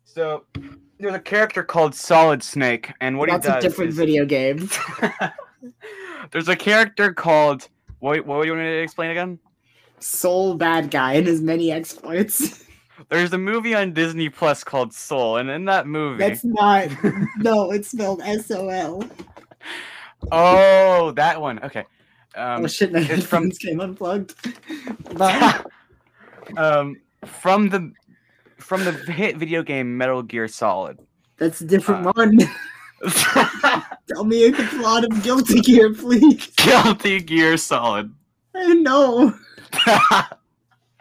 B: So there's a character called Solid Snake, and what
A: That's
B: he does
A: a different
B: is-
A: video game.
B: there's a character called what? What do you want me to explain again?
A: Soul Bad Guy and his many exploits.
B: There's a movie on Disney Plus called Soul, and in that movie,
A: That's not. no, it's spelled S O L.
B: oh, that one. Okay. Um,
A: Oh shit! My
B: it's from-
A: headphones came unplugged. But
B: um, from the from the hit video game Metal Gear Solid.
A: that's a different
B: Uh.
A: one. Tell me the plot of Guilty Gear, please.
B: Guilty Gear Solid.
A: I know.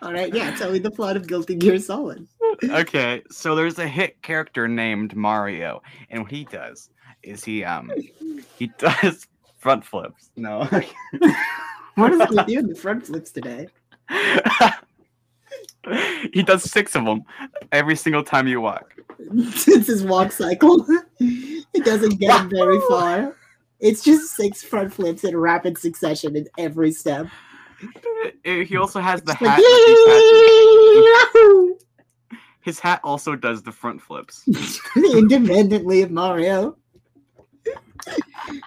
A: All right, yeah. Tell me the plot of Guilty Gear Solid.
B: okay, so there's a hit character named Mario, and what he does is he um he does front flips. No.
A: What is it with you in the front flips today?
B: he does six of them every single time you walk.
A: Since his walk cycle, it doesn't get him very far. It's just six front flips in rapid succession in every step.
B: Uh, He also has the
A: It's
B: hat.
A: like,
B: that he
A: "Yee-hoo!"
B: patches. His hat also does the front flips.
A: independently of Mario.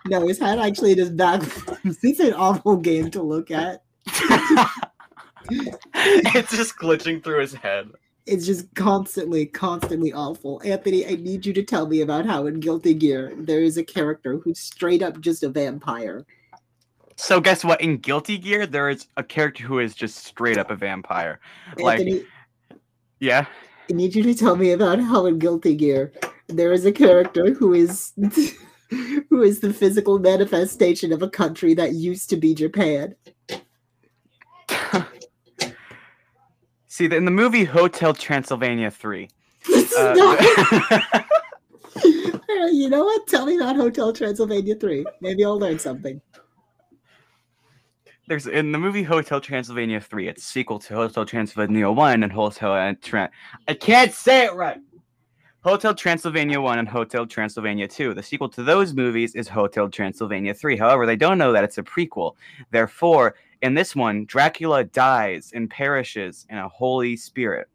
A: No, his hat actually just back. It's an awful game to look at.
B: it's just glitching through his head.
A: It's just constantly, constantly awful. Anthony, I need you to tell me about how in Guilty Gear there is a character who's straight up just a vampire.
B: So guess what? In Guilty Gear, there is a character who is just straight up a vampire. Like-
A: Anthony,
B: Yeah.
A: I need you to tell me about how in Guilty Gear there is a character who is who is the physical manifestation of a country that used to be Japan.
B: See, in the movie Hotel Transylvania 3.
A: This is
B: uh,
A: not Uh, you know what? Tell me about Hotel Transylvania 3. Maybe I'll learn something.
B: there's in the movie Hotel Transylvania 3, it's sequel to Hotel Transylvania 1 and Hotel uh, Tran I can't say it right. Hotel Transylvania 1 and Hotel Transylvania 2. The sequel to those movies is Hotel Transylvania 3. However, they don't know that it's a prequel. Therefore, in this one, Dracula dies and perishes in a holy spirit.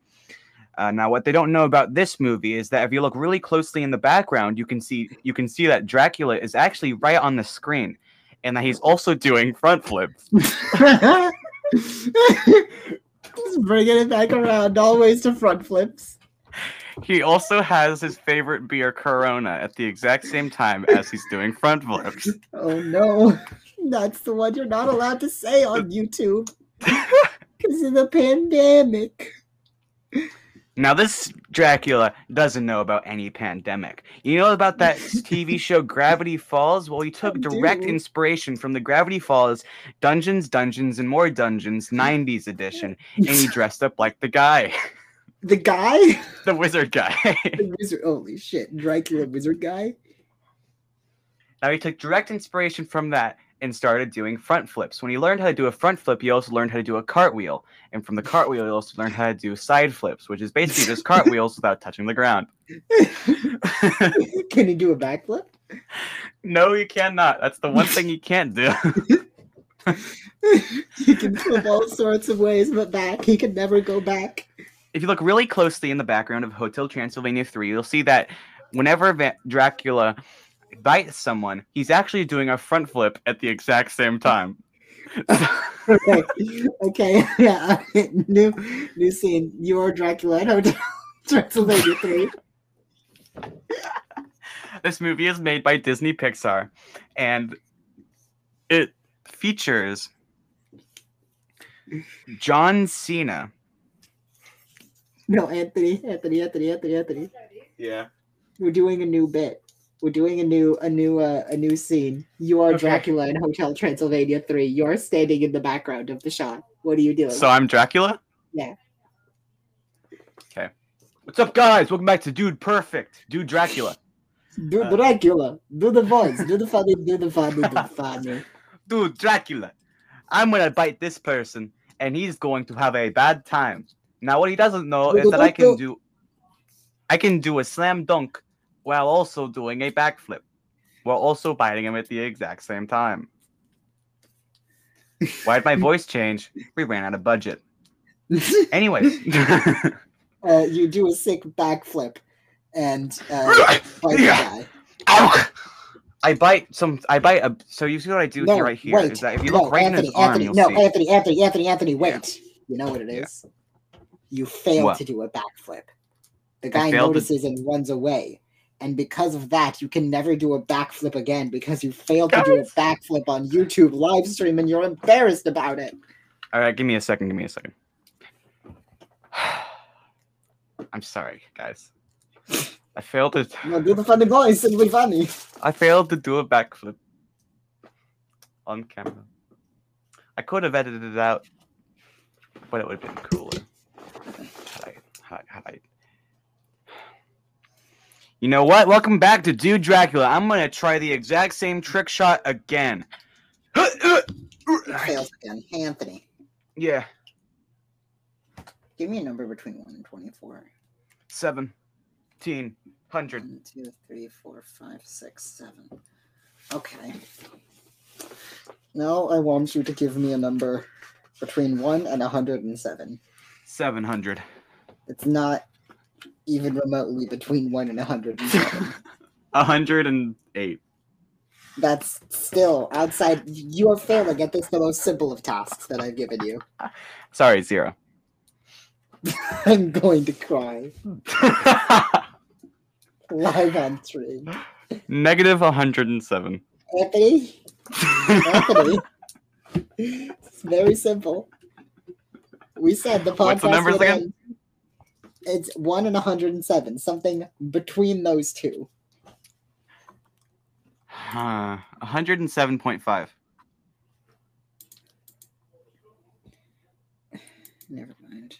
B: Uh, now, what they don't know about this movie is that if you look really closely in the background, you can see you can see that Dracula is actually right on the screen, and that he's also doing front flips.
A: Just bringing it back around, always to front flips.
B: He also has his favorite beer, Corona, at the exact same time as he's doing front flips.
A: Oh no. That's the one you're not allowed to say on YouTube because of the pandemic.
B: Now this Dracula doesn't know about any pandemic. You know about that TV show Gravity Falls? Well, he took direct
A: do.
B: inspiration from the Gravity Falls Dungeons, Dungeons, and More Dungeons 90s edition, and he dressed up like the guy,
A: The guy?
B: the wizard guy.
A: The wizard. Holy shit. Dracula wizard guy?
B: Now he took direct inspiration from that and started doing front flips. When he learned how to do a front flip, he also learned how to do a cartwheel. And from the cartwheel, he also learned how to do side flips, which is basically just cartwheels without touching the ground.
A: Can he do a backflip?
B: No, you cannot. That's the one thing you can't do.
A: he can flip all sorts of ways, but back. He can never go back.
B: if you look really closely in the background of Hotel Transylvania 3, you'll see that whenever Va- Dracula bites someone, he's actually doing a front flip at the exact same time.
A: Okay. okay. Yeah. new new scene. You are Dracula at Hotel Transylvania 3.
B: this movie is made by Disney Pixar, and it features John Cena.
A: No, Anthony, Anthony, Anthony, Anthony, Anthony.
B: Yeah.
A: We're doing a new bit. We're doing a new, a new, uh, a new scene. You are
B: Okay.
A: Dracula in Hotel Transylvania three. You're standing in the background of the shot. What are you doing?
B: So I'm Dracula.
A: Yeah.
B: Okay. What's up, guys? Welcome back to Dude Perfect, Dude Dracula,
A: do
B: uh,
A: Dracula. Do the voice. do the funny. Do the funny. Do the funny.
B: Dude Dracula. I'm gonna bite this person, and he's going to have a bad time. Now, what he doesn't know
A: Dude,
B: is that I
A: don't do-
B: can do, I can do a slam dunk while also doing a backflip, while also biting him at the exact same time. Why'd my voice change? We ran out of budget. Anyways,
A: uh, you do a sick backflip, and uh, fight the
B: Yeah.
A: guy.
B: Ow! I bite some. I bite a. So you see what I do
A: No,
B: here, right here is
A: wait,
B: that if you
A: no,
B: look right in
A: Anthony,
B: his arm,
A: Anthony,
B: you'll
A: no,
B: see.
A: Anthony, Anthony, Anthony, Anthony, wait. You know what it
B: Yeah.
A: is. You failed
B: What?
A: to do a backflip. The guy
B: failed to-
A: notices and runs away. And because of that, you can never do a backflip again because you failed to do a backflip on YouTube live stream and you're embarrassed about it.
B: All right, give me a second. Give me a second. I'm sorry, guys. I failed to.
A: No, do the funny voice, it'll be funny.
B: I failed to do a backflip on camera. I could have edited it out, but it would have been cooler. Had I, had I, had I. You know what? Welcome back to Dude Dracula. I'm gonna try the exact same trick shot again.
A: It fails again. Hey, Anthony,
B: Yeah,
A: give me a number between 1 and 24.
B: seventeen hundred.
A: One, two, three, four, five, six, seven. Okay. Now I want you to give me a number between 1 and 107.
B: Seven hundred.
A: It's not even remotely between 1 and 107.
B: hundred and eight.
A: That's still outside. You are failing at this, the most simple of tasks that I've given you.
B: Sorry, zero.
A: I'm going to cry. Live on stream.
B: Negative one hundred and seven.
A: Anthony? Anthony? it's very simple. We said the podcast
B: What's the numbers
A: would
B: again?
A: end- It's 1 and 107, something between those two.
B: Huh. 107.5.
A: Never mind.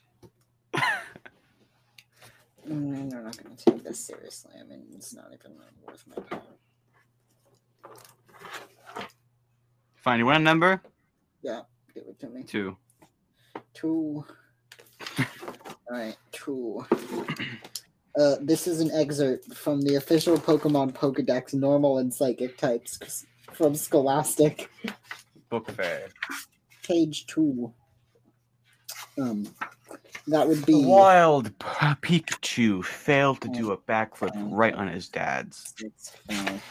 A: Mm, They're not going to take this seriously. I mean, it's not even like, worth my time.
B: Fine. You want a number?
A: Give it to me.
B: Two.
A: Two. All right, two. Uh, this is an excerpt from the official Pokemon Pokedex normal and psychic types from Scholastic,
B: Book fair.
A: page two. Um, that would be
B: Wild P- Pikachu failed to do a backflip right on his dad's.
A: six, five,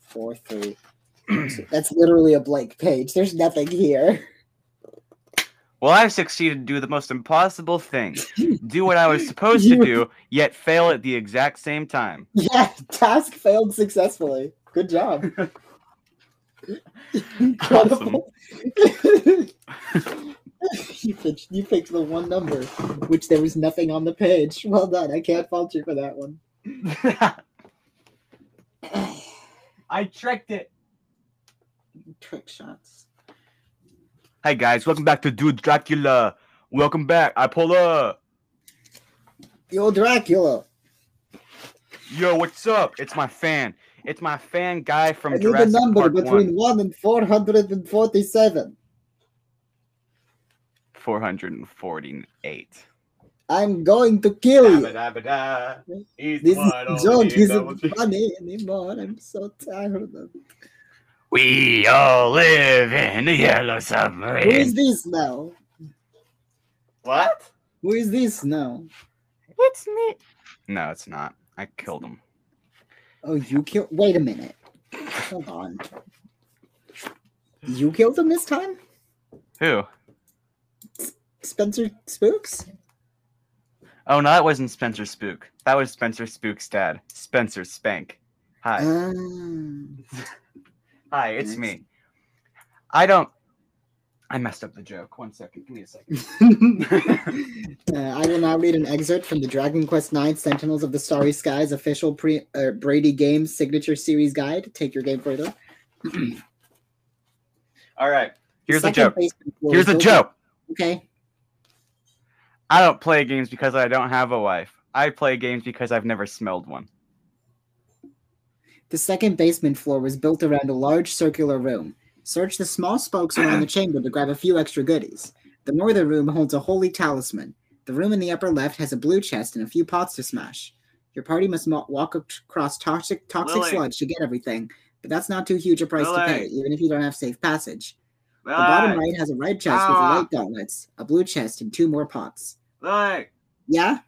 A: four, three. two. That's literally a blank page. There's nothing here.
B: Well, I've succeeded to do the most impossible thing do what I was supposed to
A: You-
B: do, yet fail at the exact same time.
A: Yeah, task failed successfully. Good job. Incredible. you picked you picked the one number, which there was nothing on the page. Well done. I can't fault you for that one.
C: I tricked it.
A: Trick shots.
B: Hi guys, welcome back to Dude Dracula. Welcome back. I pull up.
A: Yo, Dracula.
B: Yo, what's up? It's my fan. It's my fan guy from
A: I need a
B: Jurassic
A: number
B: Park
A: between
B: 1.
A: one and four hundred and forty-seven.
B: 448.
A: I'm going to kill you.
B: Dabba-dabba-da. He's
A: This
B: one only
A: joke
B: double-
A: isn't funny anymore. I'm so tired of it.
B: We all live in the yellow
A: Who is
B: submarine.
A: this now?
B: What?
A: Who is this now?
B: It's me. No, it's not. I killed him.
A: Oh, you killed. Wait a minute. Hold on. You killed him this time,
B: Who?
A: Spencer Spooks.
B: Oh no, that wasn't Spencer Spook. That was Spencer Spook's dad, Spencer Spank. Hi.
A: Um,
B: Hi, it's
A: Next.
B: me. I don't. I messed up the joke. One second. Give me a second.
A: Uh, I will now read an excerpt from the Dragon Quest IX Sentinels of the Starry Skies official pre- uh, Brady Games signature series guide. Take your game further.
B: All right. Here's the
A: Second
B: joke.
A: baseman for
B: Here's the
A: Golden-
B: joke.
A: Okay.
B: I don't play games because I don't have a wife. I play games because I've never smelled one.
A: The second basement floor was built around a large circular room. Search the small spokes around the chamber to grab a few extra goodies. The northern room holds a holy talisman. The room in the upper left has a blue chest and a few pots to smash. Your party must mo- walk ac- across toxic toxic
B: Lily.
A: sludge to get everything, but that's not too huge a price to pay,
B: Lily.
A: even if you don't have safe passage. The
B: Like,
A: bottom right has a red chest
B: Ah.
A: with light gauntlets, a blue chest, and two more pots.
B: like,
A: Yeah?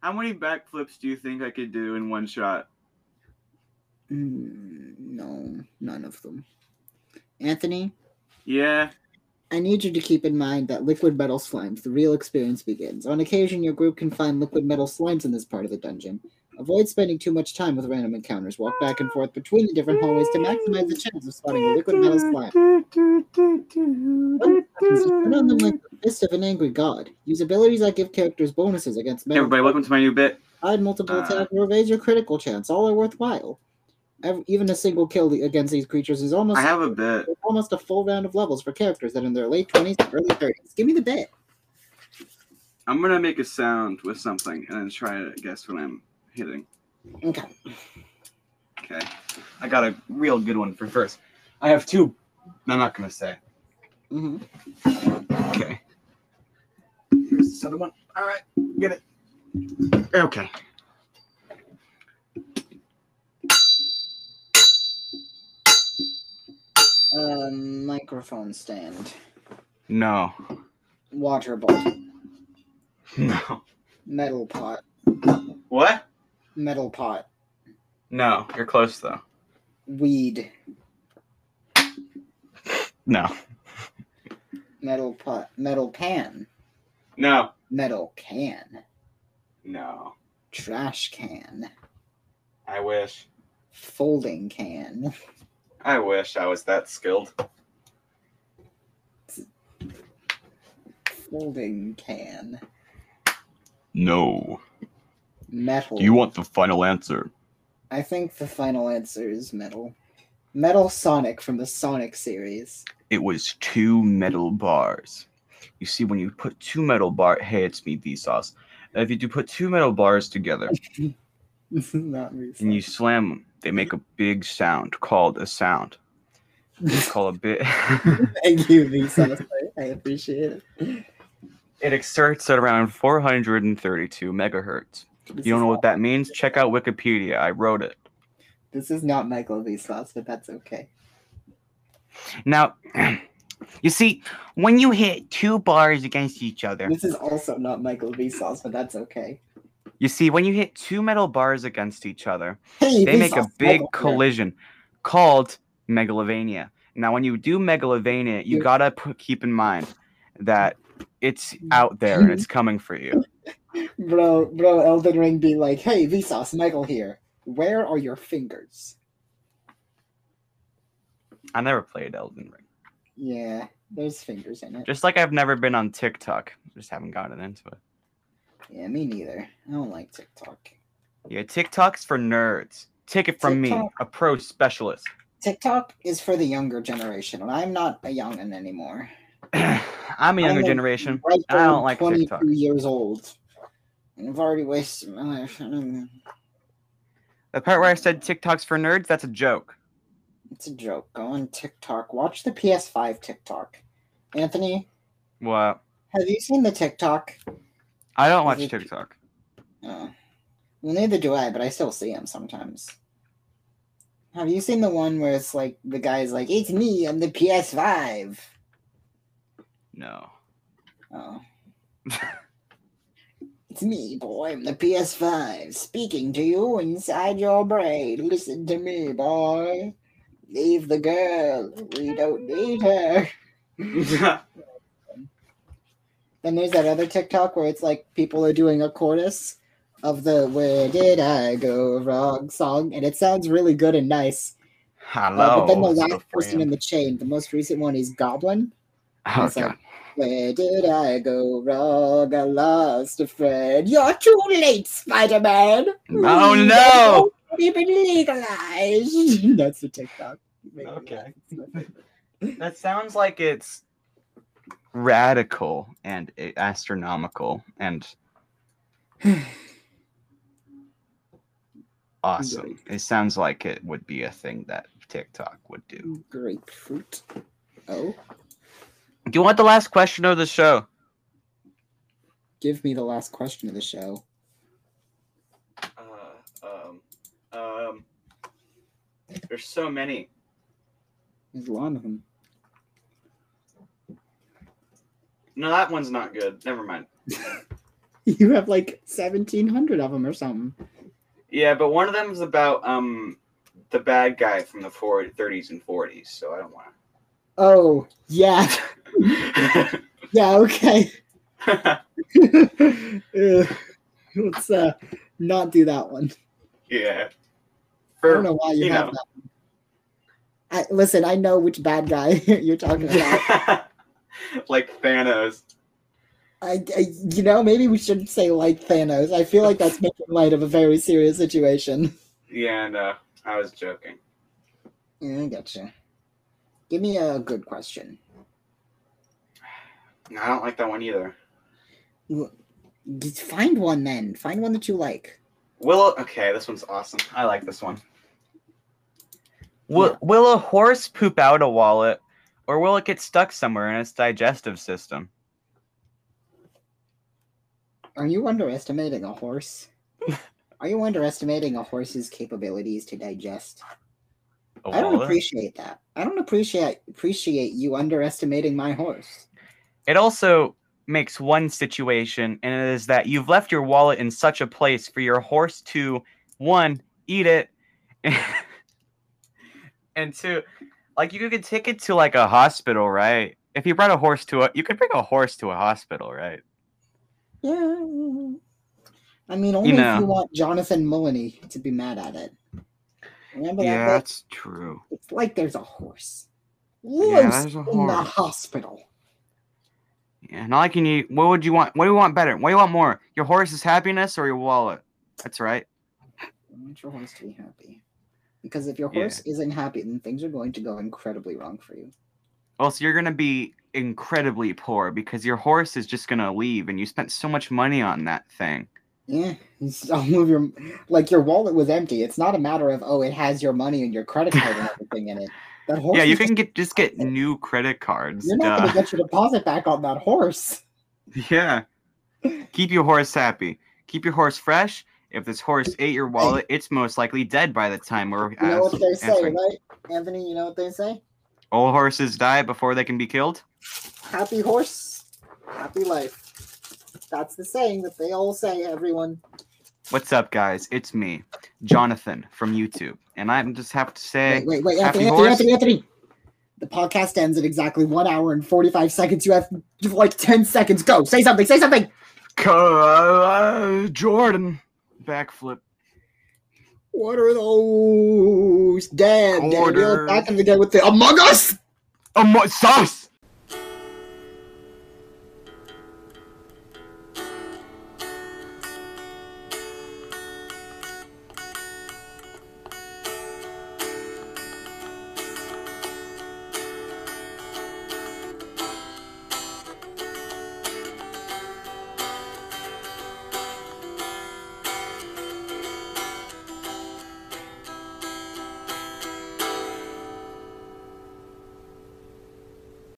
B: how many backflips do you think I could do in one shot?
A: Mm, no, none of them. Anthony,
B: Yeah.
A: I need you to keep in mind that liquid metal slimes, the real experience begins. On occasion, your group can find liquid metal slimes in this part of the dungeon. Avoid spending too much time with random encounters. Walk back and forth between the different hallways to maximize the chance of spotting a liquid metal slime. Turn on them like the fist of an angry god. Use abilities that give characters bonuses against
B: Hey,
A: metal
B: everybody, welcome to my new bit.
A: Hide multiple
B: Uh,
A: attack or evade your critical chance. All are worthwhile. Ev- Even a single kill the- against these creatures is almost
B: I have a bit.
A: almost a full round of levels for characters that are in their late twenties, early thirties. Give me the bit.
B: I'm gonna make a sound with something and then try to guess what I'm hitting.
A: Okay.
B: Okay. I got a real good one for first. I have two. I'm not gonna say.
A: hmm
B: Okay. Here's this other one. All right, get it. Okay.
A: Uh, microphone stand.
B: No.
A: Water bowl.
B: No.
A: Metal pot.
B: What?
A: Metal pot.
B: No. You're close though.
A: Weed.
B: No.
A: Metal pot. Metal pan.
B: No.
A: Metal can.
B: No.
A: Trash can.
B: I wish.
A: Folding can.
B: I wish I was that skilled.
A: Folding can.
B: No.
A: Metal.
B: want the final answer?
A: I think the final answer is metal. Metal Sonic from the Sonic series.
B: It was two metal bars. You see, when you put two metal bar, hey, it's me, Vsauce. If you do put two metal bars together,
A: Not
B: and you
A: recent.
B: slam them, they make a big sound called a sound. It's called a bit.
A: Thank you, Vsauce. I appreciate it.
B: it exerts at around 432 megahertz.
A: This
B: You don't
A: is
B: know
A: not-
B: what that means? Check out Wikipedia. I wrote it.
A: This is not Michael Vsauce, but that's okay.
B: Now,
D: You see, when you hit two bars against each other,
A: This is also not Michael Vsauce, but that's okay.
B: you see, when you hit two metal bars against each other,
A: Hey,
B: they make a
A: Vsauce,
B: big
A: Michael here.
B: collision called megalovania. Now, when you do megalovania, you
A: Yeah.
B: gotta put, keep in mind that it's out there
A: Mm-hmm.
B: and it's coming for you.
A: Bro, bro, Elden Ring be like, hey, Vsauce, Michael here. Where are your fingers?
B: I never played Elden Ring.
A: Yeah, there's fingers in it.
B: Just like I've never been on TikTok. Just haven't gotten into it.
A: Yeah, me neither. I don't like TikTok.
B: Yeah, TikTok's for nerds. Take it from me,
A: TikTok.
B: a pro specialist.
A: TikTok is for the younger generation, and I'm not a youngin anymore.
B: I'm a younger
A: I'm a-
B: generation.
A: Right
B: I don't
A: now,
B: like
A: 22
B: TikTok.
A: years old, and I've already wasted my life. I mean,
B: The part where I said TikTok's for nerds, that's a joke.
A: It's a joke. Go on TikTok. Watch the PS5 TikTok. Anthony,
B: What?
A: have you seen the TikTok?
B: I don't watch
A: Mhm.
B: TikTok.
A: Uh, well, neither do I, but I still see him sometimes. Have you seen the one where it's like the guy's like, "It's me, I'm the PS5."
B: No.
A: Oh. it's me, boy. I'm the PS5, speaking to you inside your brain. Listen to me, boy. Leave the girl. We don't need her. Then there's that other TikTok where it's like people are doing a chorus of the "Where Did I Go Wrong" song, and it sounds really good and nice. Uh,
B: Hello.
A: but then the
B: little
A: last person in
B: friend.
A: the chain, the most recent one, is Goblin.
B: Oh,
A: It's like,
B: God.
A: Where did I go wrong? I lost a friend. You're too late, Spider Man.
B: Oh, no.
A: We've been legalized. That's the TikTok.
B: Okay. That sounds like it's radical and a- astronomical and awesome. It sounds like it would be a thing that TikTok would do.
A: Grapefruit. Oh,
B: Do you want the last question of the show?
A: give me the last question of the show.
B: Uh, um, um, there's so many.
A: There's a lot of them.
B: No, that one's not good. Never mind.
A: You have like 1,700 of them or something.
B: Yeah, but one of them's about um the bad guy from the 40, 30s and 40s, so I don't want
A: Oh, yeah.
B: to.
A: Yeah, okay. Ugh. Eh, Let's uh, not do that one.
B: yeah.
A: I don't know why you,
B: you
A: have
B: know.
A: that. One. I, listen, I know which bad guy you're talking about.
B: like Thanos.
A: I, I, you know, maybe we shouldn't say like Thanos. I feel like that's making light of a very serious situation.
B: Yeah, no, I was joking.
A: Yeah, I gotcha. Give me a good question.
B: No, I don't like that one either.
A: Just Find one then. Find one that you like.
B: Will okay, this one's awesome. I like this one. Will will a horse poop out a wallet, or will it get stuck somewhere in its digestive system?
A: Are you underestimating a horse? Are you underestimating a horse's capabilities to digest?
B: A
A: I don't
B: wallet?
A: appreciate that. I don't appreciate appreciate you underestimating my horse.
B: It also makes one situation, and it is that you've left your wallet in such a place for your horse to one eat it, and two, like you could get ticket to like a hospital, right? If you brought a horse to a, you could bring a horse to a hospital, right?
A: Yeah. I mean, only
B: know.
A: if you want Jonathan Mullany to be mad at it. Remember that? bit?
B: that's true.
A: It's like there's a horse.
B: Yeah,
A: Loose
B: there's a
A: in the
B: horse.
A: hospital.
B: Yeah, not like you need. What would you want? What do you want better? What do you want more? Your horse's happiness or your wallet? That's right.
A: I want your horse to be happy. Because if your
B: Yeah.
A: horse isn't happy, then things are going to go incredibly wrong for you.
B: Also, you're gonna be incredibly poor because your horse is just gonna leave, and you spent so much money on that thing.
A: Yeah, it's all of your like your wallet was empty. It's not a matter of oh, it has your money and your credit card and everything in it. That horse.
B: yeah, you
A: is just-
B: can get just get new credit cards.
A: You're not
B: duh.
A: going to get your deposit back on that horse.
B: yeah, keep your horse happy. Keep your horse fresh. If this horse ate your wallet, it's most likely dead by the time we're
A: You know what
B: ans-
A: they say,
B: answering.
A: right, Anthony? You know what they say.
B: All horses die before they can be killed.
A: happy horse, happy life. That's the saying that they all say, everyone.
B: What's up, guys? It's me, Jonathan from YouTube, and I just have to say.
A: Wait, wait, wait,
B: happy
A: Anthony, Anthony,
B: horse?
A: Anthony, Anthony. The podcast ends at exactly one hour and 45 seconds. You have like 10 seconds. Go, say something, say something.
B: Co- uh, Jordan backflip.
A: What are those? Damn, Daniel,
B: Quarters.
A: back in the day with the Among Us.
B: Oh, A mo- sauce.